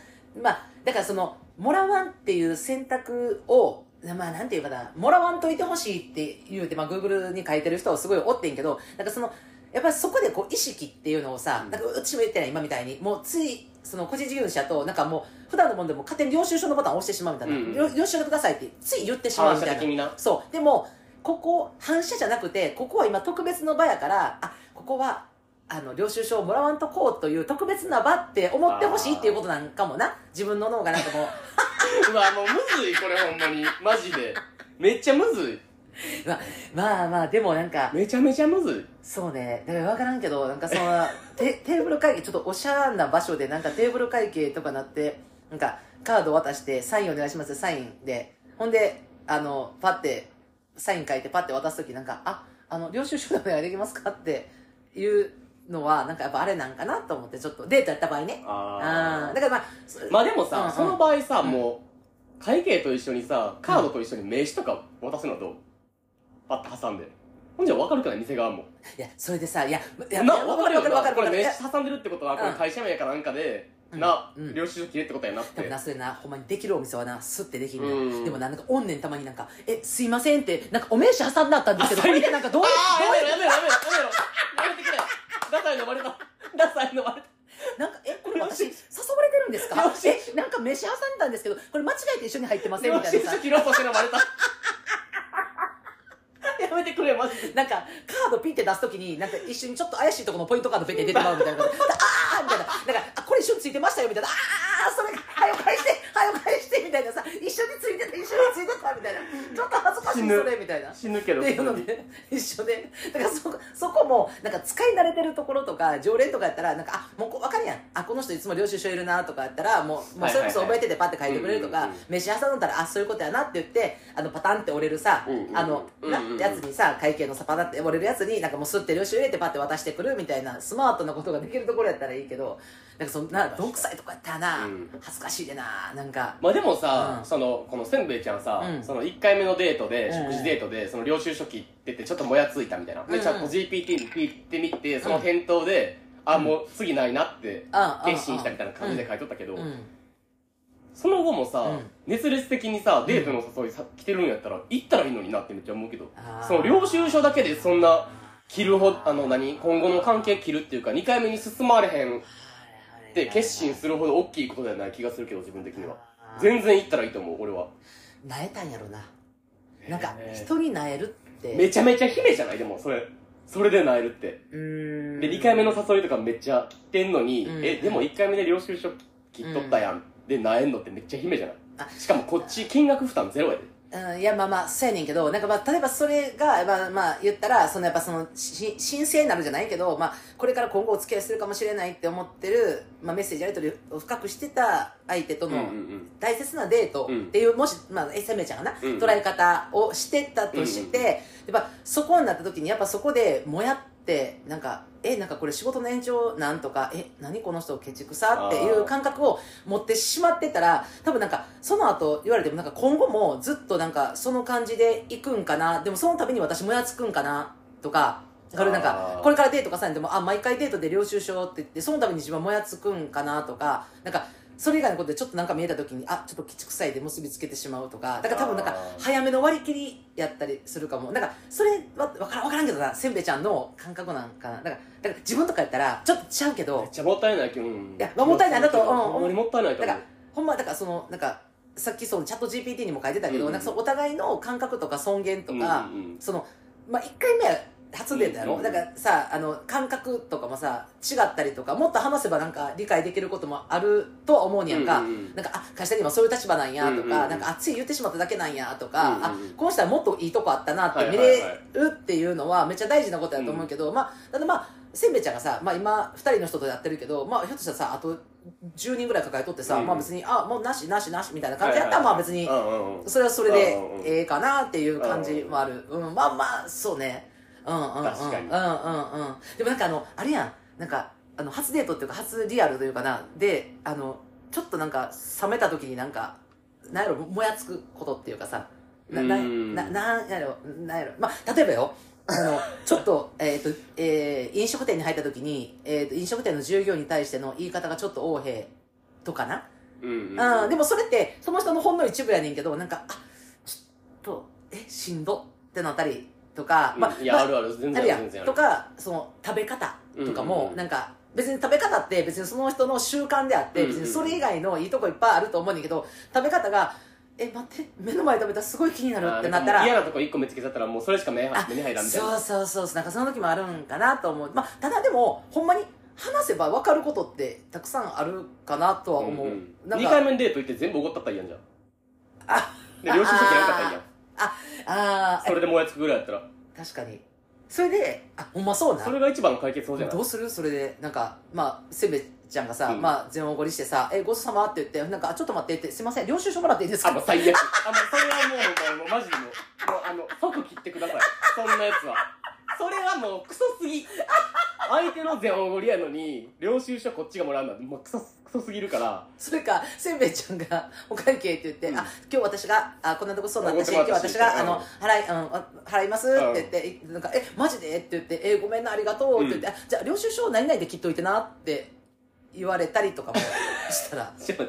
まあだからそのもらわんっていう選択をまあなんていうかなもらわんといてほしいって言うてまあ Google に書いてる人はすごいおってんけどなんかそのやっぱりそこでこう意識っていうのをさ、うんなんか私も言ってない今みたいにもうついその個人事業主だとなんかもう普段のもんでも勝手に領収書のボタンを押してしまうみたいな、うんうん領領収書くださいってつい言ってしまう反み射たいな的になそうでもここ反射じゃなくてここは今特別の場やからあここはあの領収書をもらわんとこうという特別な場って思ってほしいっていうことなんかもな自分の脳がなんかもううわもうむずいこれほんまにマジでめっちゃむずいまあまあでもなんかめちゃめちゃむずいそうねだから分からんけどなんかその *laughs* テテーブル会計ちょっとおしゃれな場所でなんかテーブル会計とかなってなんかカード渡してサインお願いしますサインでほんであのパッてサイン書いてパッて渡す時なんか「ああの領収書でお願いできますか?」っていうのはなんかやっぱあれなんかなと思ってちょっとデートやった場合ねあああだからまあそまあでもさ、うんうんその場合さ、うんもう会計と一緒にさカードと一緒に名刺とか渡すのはどうパッて挟んでほんじゃ分かるくない店側もいやそれでさいやいやなわ分かるよなわわこれわ名いや刺挟んでるってことはこれうん会社名やかなんかで、うんな、うん領収書切れってことやなっでもてなそれなほんまにできるお店はなスッてできんねん、うんでもななんかおんねんたまになんか「えすいません」ってなんかお名刺挟んだったんですけどこれでなんかどういうあどうーいうやめろやめろやめろやめろやめてくれダサいのバレたダサいのバレたなんかえこれ私誘われてるんですかえなんか名名刺挟んだんですけど、これ間違えて一緒に入ってませんみ領たい収なさ書。切ろうとしてるのバレたやめてくれマジでなんか、カードピンって出すときに、なんか一瞬ちょっと怪しいところのポイントカードペンって出てまうみたいなこ *laughs* とで。あーみたいな。なんか、あ、これ一緒についてましたよみたいな。あーそれが、はよ返して、はよ返してみたいなさ、一緒についてた、一緒についてたみたいな。ちょっと恥ずかし死い、ぬそれみたいな。死ぬけどっていうので、一緒で。だからそこ、そこも、なんか使い慣れてるところとか、常連とかやったら、なんか、あ、もうこうわかるやん。あ、この人いつも領収書いるなとかやったら、もう、もうそれこそ覚えててパって書いてくれるとはいかはいはいうんうんうん、飯挟んだら、あ、そういうことやなって言って、あの、パタンって折れるさうんうんう、んあの、なうんうんうんやつにさ、会計のさ、パタンって折れるやつに、なんかもうスって領収入れてパって渡してくるみたいな、スマートなことができるところやったらいいけど、なんかそんな、どんくさいとかやったらなうん、恥ずかしいでな、なんか。まあでもさ、うんそのこのせんべいちゃんさ、うんその1回目のデートで、うん食事デートでその領収書切っててちょっともやついたみたいな、うんうでんちゃんと GPT に聞いてみてその返答で、あもう次ないなってあ決心したみたいな感じで書いとったけど、うん。その後もさ、うん熱烈的にさデートの誘いさ来てるんやったら行ったらいいのになってめっちゃ思うけどあーその領収書だけでそんな切るほあの何今後の関係切るっていうか2回目に進まれへんって決心するほど大きいことではない気がするけど自分的にはあー全然行ったらいいと思う俺はなえたんやろななんかへー人になえるってめちゃめちゃ姫じゃないでもそれそれでなえるってうーんで2回目の誘いとかめっちゃ切ってんのに、うんえでも1回目で領収書切っとったやん、でなえんのってめっちゃ姫じゃないあしかもこっち金額負担ゼロやでうん、いやまあまあそうやねんけどなんかまあ例えばそれがまあまあ言ったらそのやっぱそのし申請になるじゃないけどまあこれから今後お付き合いするかもしれないって思ってる、まあ、メッセージやり取りを深くしてた相手とうんうんのうん大切なデートっていう、もし、まあ、えせめちゃんがな、うん捉え方をしてたとして、うんやっぱそこになった時にやっぱそこでもやってなんかえなんかこれ仕事の延長なんとかえ何この人ケチくさっていあーう感覚を持ってしまってたら多分なんかその後言われてもなんか今後もずっとなんかその感じで行くんかなでもその度に私もやつくんかなとか。だからなんあかーこれからデート重ねてもあ毎回デートで領収書って言ってその度に自分はもやつくんかなとかなんかそれ以外のことでちょっとなんか見えた時にあちょっときちくさいで結びつけてしまうとかだから多分なんかあー早めの割り切りやったりするかもなんかそれは分からん分からんけどなせんべいちゃんの感覚なんかなだからだから自分とかやったらちょっとちゃうけめっどちゃもったいない気分いやまあもったいないなとうんほんまにもったいないとだ思かうらほんまだからそのなんかさっきそのチャット GPT にも書いてたけど、うんなんかそのお互いの感覚とか尊厳とか、うんうんうんそのまあ1回目は初デートやろ、うんうんだからさあの感覚とかもさ違ったりとかもっと話せばなんか理解できることもあるとは思うにやんか、うんうんうんなんかあ会社で今そういう立場なんやとか、うんうんうんなんかあつい言ってしまっただけなんやとか、うんうんうんあこの人はもっといいとこあったなって見はれいはいはいるっていうのはめっちゃ大事なことやと思うけど、まあただまあせんべいちゃんがさ、まあ、今2人の人とやってるけど、まあ、ひょっとしたらさあと10人ぐらい抱えとってさ、うんまあ別にあもうなしなしなしみたいな感じやったら、はいはいまあ別にうんうんうんそれはそれでうんうんうんええかなっていう感じもある、うん、まあまあそうねうんうんうん確かにうんうんうんでもなんかあのあれやんなんかあの初デートっていうか初リアルというかなであのちょっとなんか冷めた時になんかなんやろもやつくことっていうかさななうんななんやろなんやろまあ例えばよあのちょっと,、 *laughs* えーとえー飲食店に入った時に、えー、と飲食店の従業員に対しての言い方がちょっと横柄とかなうんうんうん、でもそれってその人のほんの一部やねんけどなんかあちょっとえしんどってなったりとか、まあいや、まああるある全あ然るあやるん全然あるとかその食べ方とかうんうんもうんなんか別に食べ方って別にその人の習慣であってうんうん別にそれ以外のいいとこいっぱいあると思うねんだけど食べ方がえ待って目の前で食べたらすごい気になるってなったあーでももう嫌らなとこ一個見つけちゃったらもうそれしか目あ目に入らんみたいそなうそうそうなんかその時もあるんかなと思うまあただでもほんまに話せば分かることってたくさんあるかなとは思う、んんなん二か回目のデート行って全部怒ったったらいいやんじゃんあで領収書切らんかったらいいやんああそれでもやつくぐらいやったら確かにそれであほんまそうなそれが一番の解決法じゃないどうするそれでなんかまあせんべいちゃんがさ、うんまあ全おごりしてさ「えごちそうさま」って言って「なんかあちょっと待って」って「すいません領収書もらっていいですあか?」もう最悪あもうそれはもうもうもうマジでもうもうあの即切ってくださいそんなやつはそれはもうクソすぎ相手の全おごりやのに領収書こっちがもらうのはもうクソクソすぎるからそれかせんべいちゃんが「お会計」って言って「うんあ今日私があこんなとこそうなったしおご今って日もらっ私が、たしあうのん払い、うんあ、払います」って言って「なんかえマジで?」って言って「えごめんなありがとう」って言って「あじゃあ領収書何々で切っといてな」って言われたりとかもしたらちょっと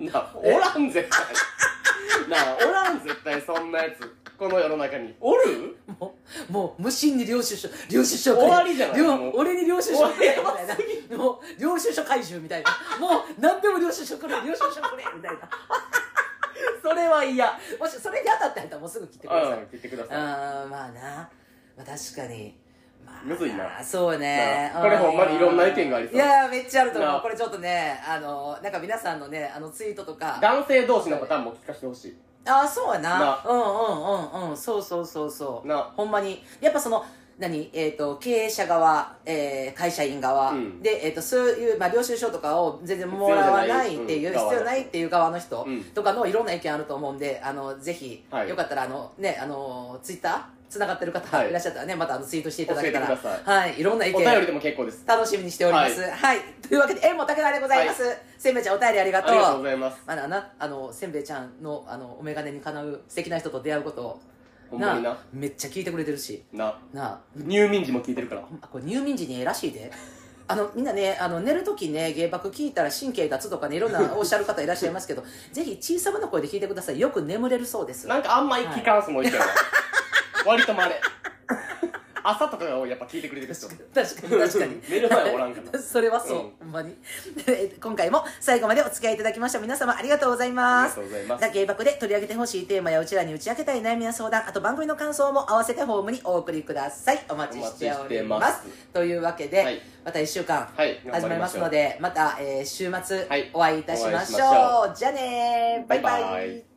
なあおらん絶対なあおらん絶対そんなやつこの世の中におるもう、もう無心に領収書、領収書終わりじゃない領もう俺に領収書くれ終みわたいな。もう、領収書回収みたいな。もう、何でも領収書くれ、領収書くれみたいな。それは嫌うんもし、それに当たったんやったらもうすぐ切ってください。言ってくださいあーまあな、まあ、確かに、まあ、むずいなそうねなあこれうほんまにいろんな意見がありそういやーめっちゃあるとな思あうこれちょっとねあのなんか皆さんのねあのツイートとかあ男性同士のパターンも聞かせてほしいあそうやななうんうんうんうんそうそうそうそうなほんまにやっぱその何えー、と経営者側、えー会社員側、うんで、えー、とそういう、まあ、領収書とかを全然もらわないっていう必要じゃないうん必要ないっていう側の人うんとかのいろんな意見あると思うんであのぜひ、はいよかったらあの、ね、あのツイッターつながってる方はいいらっしゃったらね、またあのツイートしていただけたら教えてくだはい、いろんな意お便り見でも結構です楽しみにしております、はいというわけで縁も竹田でございます、せんべいちゃんお便りありがあとりうがとうございますまだなあのせんべいちゃんのあのお眼鏡にかなう素敵な人と出会うことをほんまになあめっちゃ聞いてくれてるしななあ入眠時も聞いてるからあこれ入眠時にええらしいであのみんなねあの寝る時ね芸爆聞いたら神経立つとかねいろんなおっしゃる方いらっしゃいますけ *laughs* どぜひ小さめの声で聞いてくださいよく眠れるそうですなんかあんまり聞かんすもんいいけどな割とまれ朝とかが多いやっぱ聞いてくれてる人確かに確かに寝る前おらんか *laughs* らそれはそう、うんほんまに *laughs* で今回も最後までお付き合いいただきました皆様ありがとうございあまりがすとうございますザ・ゲイバクで取り上げてほしいテーマやうちらに打ち明けたい悩みや相談あと番組の感想も合わせてホームにお送りくださいお待ちしておりますお待ちしてまというわけで、はいまた1週間はい始頑張まりりまましすょうので、また、えー週末はいお会いいたしましょう,、お会いしまじゃあねーバイバイバイバイ